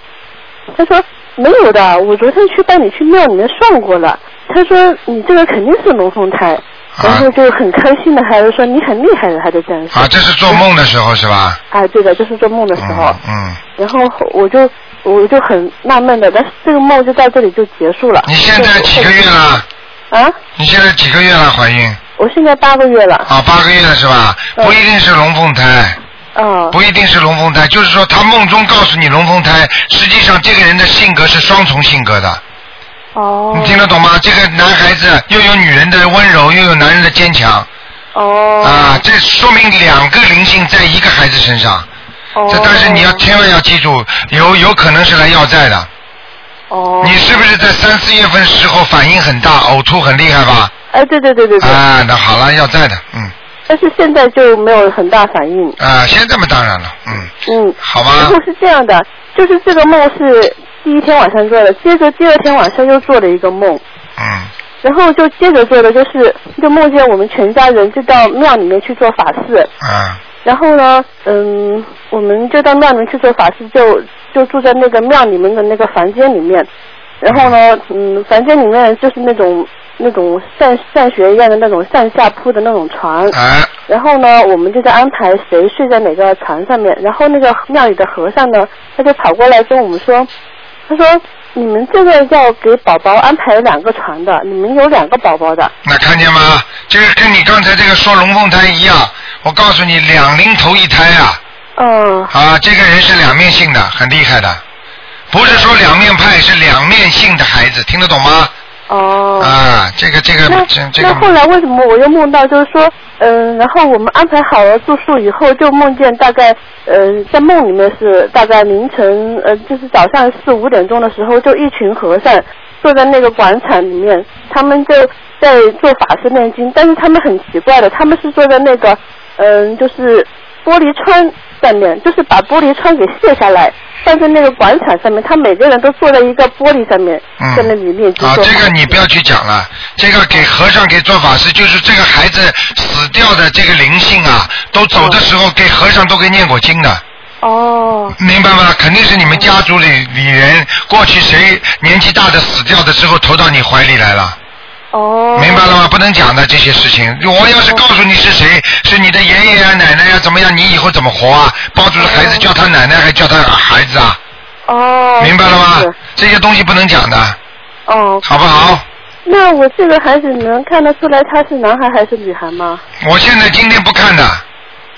他说没有的，我昨天去帮你去庙里面算过了，他说你这个肯定是龙凤胎，啊然后就很开心的，还是说你很厉害的，他就这样说。啊，这是做梦的时候是吧？啊，对的，就是做梦的时候。嗯，然后我就我就很纳闷的，但是这个梦就到这里就结束了。你现在几个月了？啊，你现在几个月了怀孕？我现在八个月了。啊，八个月了是吧？不一定是龙凤胎，嗯。不一定是龙凤胎，就是说他梦中告诉你龙凤胎，实际上这个人的性格是双重性格的。哦。你听得懂吗？这个男孩子又有女人的温柔，又有男人的坚强。哦。啊，这说明两个灵性在一个孩子身上。哦。这但是你要千万要记住，有有可能是来要债的。哦。你是不是在三四月份时候反应很大，呕吐很厉害吧？哎，对对对对对。啊，那好了，要债的，嗯，但是现在就没有很大反应。啊，现在嘛当然了，嗯，嗯。好吧。然后是这样的，就是这个梦是第一天晚上做的，接着第二天晚上又做了一个梦，嗯，然后就接着做的就是就梦见我们全家人就到庙里面去做法事，啊，然后呢，嗯，我们就到庙里面去做法事，就就住在那个庙里面的那个房间里面。然后呢，嗯，房间里面就是那种那种上上学一样的那种上下铺的那种床。啊。然后呢，我们就在安排谁睡在哪个床上面。然后那个庙里的和尚呢，他就跑过来跟我们说，他说你们这个要给宝宝安排两个床的，你们有两个宝宝的。那看见吗？这个跟你刚才这个说龙凤胎一样，我告诉你，两零头一胎啊，嗯。啊，这个人是两面性的，很厉害的，不是说两面派，是两面性的孩子，听得懂吗？哦。啊，这个这个那这这那后个来为什么我又梦到就是说，嗯、然后我们安排好了住宿以后，就梦见大概，嗯、在梦里面是大概凌晨，呃，就是早上四五点钟的时候，就一群和尚坐在那个广场里面，他们就在做法事念经，但是他们很奇怪的，他们是坐在那个，嗯、就是玻璃窗上面，就是把玻璃窗给卸下来。放在那个广场上面，他每个人都坐在一个玻璃上面，嗯在那里面经啊，做这法个你不要去讲了，这个给和尚给做法师，就是这个孩子死掉的这个灵性啊，都走的时候给和尚都给念过经的。哦。明白吗？肯定是你们家族里里人过去谁年纪大的死掉的时候投到你怀里来了。哦。明白了吗？不能讲的这些事情。我要是告诉你是谁，是你的爷爷呀、奶奶啊呀、怎么样，你以后怎么活啊？抱住孩子叫他奶奶，还叫他孩子啊？哦。明白了这样子吗？这些东西不能讲的，哦，好不好？那我这个孩子能看得出来他是男孩还是女孩吗？我现在今天不看的，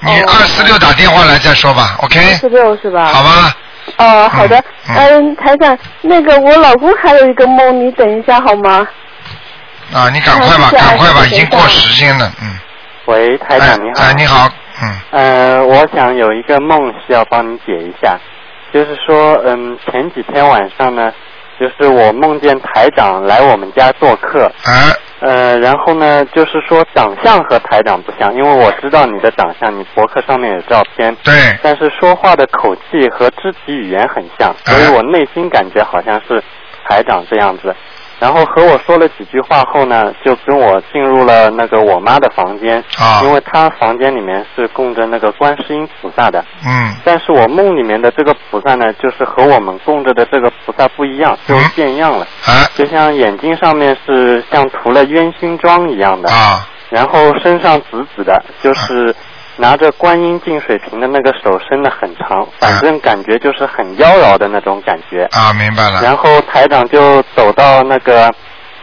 你哦二四六打电话来再说吧，OK？十六是吧？好吧，哦，好的。嗯嗯，台长，那个我老公还有一个梦，你等一下好吗？啊，你赶快吧，嗯好谢谢赶快吧，谢已谢经过时间了，嗯。喂，台长你好。哎，你好，嗯。呃，我想有一个梦需要帮你解一下，就是说，嗯，前几天晚上呢，就是我梦见台长来我们家做客。啊。呃，然后呢，就是说长相和台长不像，因为我知道你的长相，你博客上面有照片。对。但是说话的口气和肢体语言很像，所哎以我内心感觉好像是台长这样子。然后和我说了几句话后呢，就跟我进入了那个我妈的房间，啊因为她房间里面是供着那个观世音菩萨的。嗯但是我梦里面的这个菩萨呢，就是和我们供着的这个菩萨不一样，嗯就变样了，啊就像眼睛上面是像涂了烟熏妆一样的，啊，然后身上紫紫的，就是拿着观音净水瓶的那个手伸的很长，反正感觉就是很妖娆的那种感觉。啊，明白了。然后台长就走到那个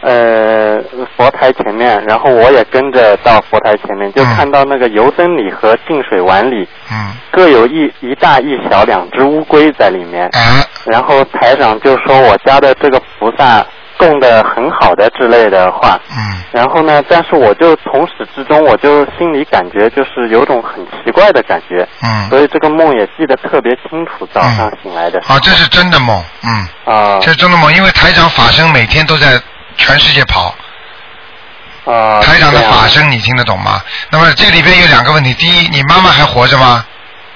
呃佛台前面，然后我也跟着到佛台前面，就看到那个油灯里和净水碗里嗯各有一一大一小两只乌龟在里面。哎然后台长就说我家的这个菩萨供的很好的之类的话。嗯。然后呢，但是我就从始至终，我就心里感觉就是有种很奇怪的感觉。嗯所以这个梦也记得特别清楚，早上醒来的时候。好，这是真的梦，嗯，啊。这是真的梦，因为台长法身每天都在全世界跑，啊。台长的这样法身你听得懂吗？那么这里边有两个问题，第一，你妈妈还活着吗？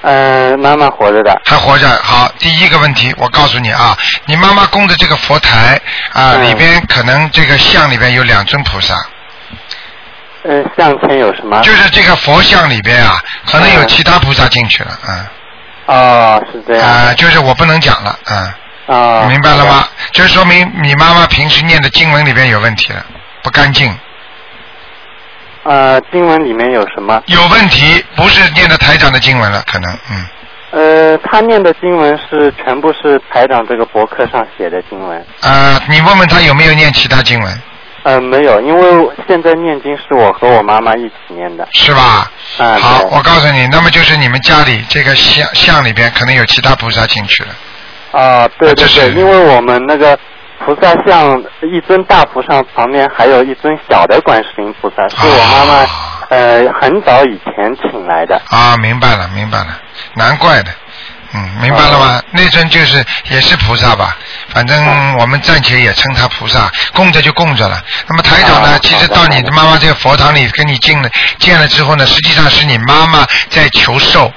嗯、妈妈活着的。还活着。好，第一个问题，我告诉你啊，你妈妈供的这个佛台啊，里边可能这个像里边有两尊菩萨，嗯，向前有什么？就是这个佛像里边啊，可能有其他菩萨进去了，嗯。嗯哦，是这样。啊，就是我不能讲了，嗯。啊。明白了吗？这说明你妈妈平时念的经文里边有问题了，不干净，呃，经文里面有什么？有问题，不是念的台长的经文了，可能，嗯。呃，他念的经文是全部是台长这个博客上写的经文。啊，你问问他有没有念其他经文，呃，没有，因为现在念经是我和我妈妈一起念的。是吧？啊、好，对我告诉你，那么就是你们家里这个像像里边可能有其他菩萨进去了。啊、对这对是对，因为我们那个菩萨像一尊大菩萨旁边还有一尊小的观世音菩萨，是我妈妈、呃很早以前请来的。啊，明白了，明白了，难怪的，嗯，明白了哦吗？那尊就是也是菩萨吧，反正我们暂且也称他菩萨，供着就供着了。那么台哦长呢，其实到你妈妈这个佛堂里跟你进了见了之后呢，实际上是你妈妈在求寿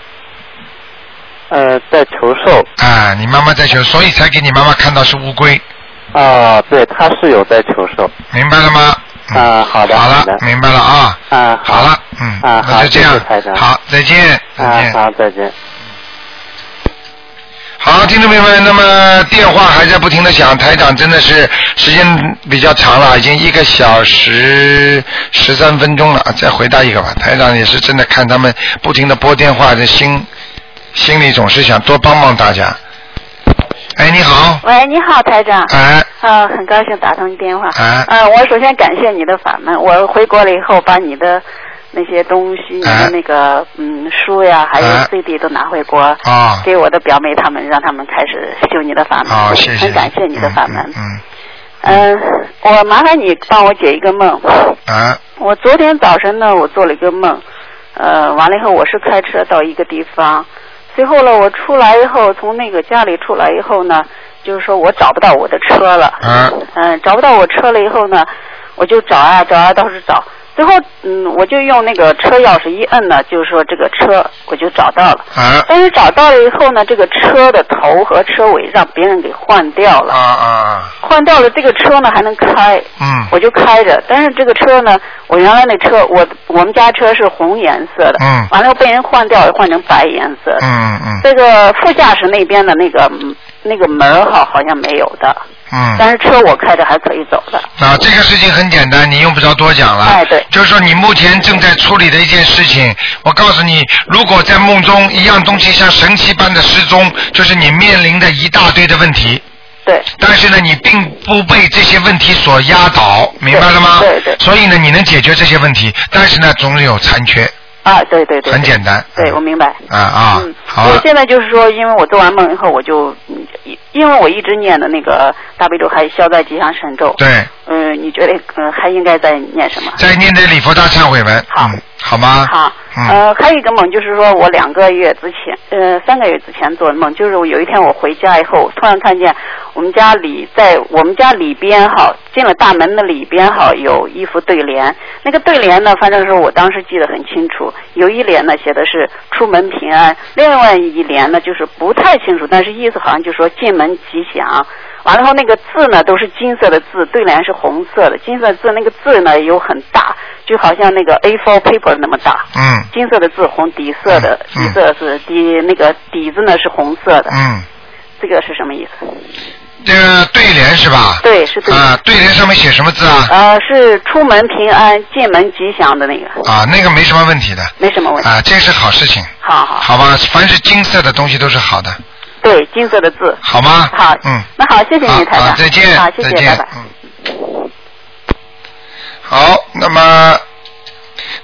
呃，在求寿。啊，你妈妈在求，所以才给你妈妈看到是乌龟，啊、对，他是有在求寿。明白了吗？啊、好的。好了，明嗯白了啊。啊，好了，嗯，啊，那好，就这样谢谢台长。好，再见，再见。啊，好，再见。好，听众朋友们，那么电话还在不停的响，台长真的是时间比较长了，已经一个小时十三分钟了，啊再回答一个吧。台长也是真的看他们不停的拨电话，这心心里总是想多帮帮大家。哎，你好，喂，你好，台长。哎。啊，很高兴打通你电话。哎呃，我首先感谢你的法门。我回国了以后，把你的那些东西，你啊的那个嗯书呀，还有哎 CD 都拿回国，啊给我的表妹他们，让他们开始修你的法门。哦好谢谢很感谢你的法门。嗯。嗯、我麻烦你帮我解一个梦。啊我昨天早晨呢，我做了一个梦，呃，完了以后我是开车到一个地方，随后呢，我出来以后，从那个家里出来以后呢，就是说我找不到我的车了，啊嗯，找不到我车了以后呢，我就找啊找啊，到处找，最后嗯，我就用那个车钥匙一摁呢，就是说这个车我就找到了，啊但是找到了以后呢，这个车的头和车尾让别人给换掉了，啊啊，换掉了这个车呢还能开，嗯我就开着，但是这个车呢，我原来那车，我我们家车是红颜色的，嗯完了被人换掉了，换成白颜色的。嗯嗯这个副驾驶那边的那个嗯那个门儿哈，好像没有的，嗯。但是车我开着还可以走的。啊，这个事情很简单，你用不着多讲了。哎对就是说你目前正在处理的一件事情，我告诉你，如果在梦中一样东西像神奇般的失踪，就是你面临的一大堆的问题。对。但是呢，你并不被这些问题所压倒，明白了吗？对对所以呢，你能解决这些问题，但是呢，总有残缺。啊，对对嗯对。很简单。对，我明白。啊啊，好我了。现在就是说，因为我做完梦以后，我就嗯因为我一直念的那个大悲咒还有消灾吉祥神咒。。对，嗯，你觉得嗯还应该再念什么？在念的礼佛大忏悔文。好。嗯、好吗？好。嗯。呃，还有一个梦，就是说我两个月之前，呃，三个月之前做的梦，就是我有一天我回家以后，突然看见我们家里在我们家里边哈，进了大门的里边哈，有一副对联，那个对联呢，反正是我当时记得很清楚，有一联呢写的是出门平安，另外一联呢就是不太清楚，但是意思好像就说进门吉祥。完了后，那个字呢都是金色的字，对联是红色的，金色字那个字呢有很大，就好像那个 A4 paper 那么大。嗯金色的字红底色的，嗯嗯底色是底那个底子呢是红色的，嗯，这个是什么意思？这个对联是吧？对，是对。啊，对联上面写什么字啊？呃，是出门平安、进门吉祥的那个，啊，那个没什么问题的。没什么问题。啊，这是好事情。好好，好吧，凡是金色的东西都是好的，对，金色的字。好吗？好，嗯，那好，谢谢好你，台好长。再见好，谢再谢，见嗯拜拜。好，那么。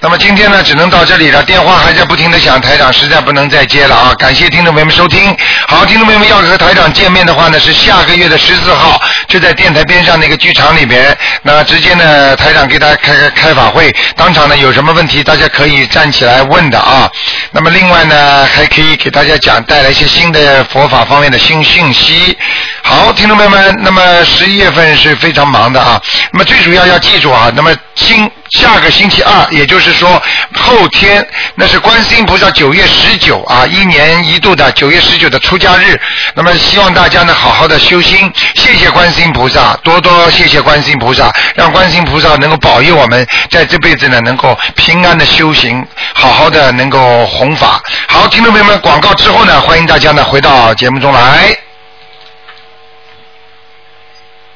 那么今天呢，只能到这里了。电话还在不停的响，台长实在不能再接了啊！感谢听众朋友们收听。好，听众朋友们要和台长见面的话呢，是下个月的十四号，就在电台边上那个剧场里边。那直接呢，台长给大家开开开法会，当场呢有什么问题，大家可以站起来问的啊。那么另外呢，还可以给大家讲带来一些新的佛法方面的新信息。好，听众朋友们，那么十一月份是非常忙的啊。那么最主要要记住啊，那么星下个星期二，也就是说后天，那是观世音菩萨九月十九啊，一年一度的九月十九的出家日。那么希望大家呢好好的修心，谢谢观世音菩萨，多多谢谢观世音菩萨，让观世音菩萨能够保佑我们在这辈子呢能够平安的修行，好好的能够弘法。好，听众朋友们，广告之后呢，欢迎大家呢回到节目中来。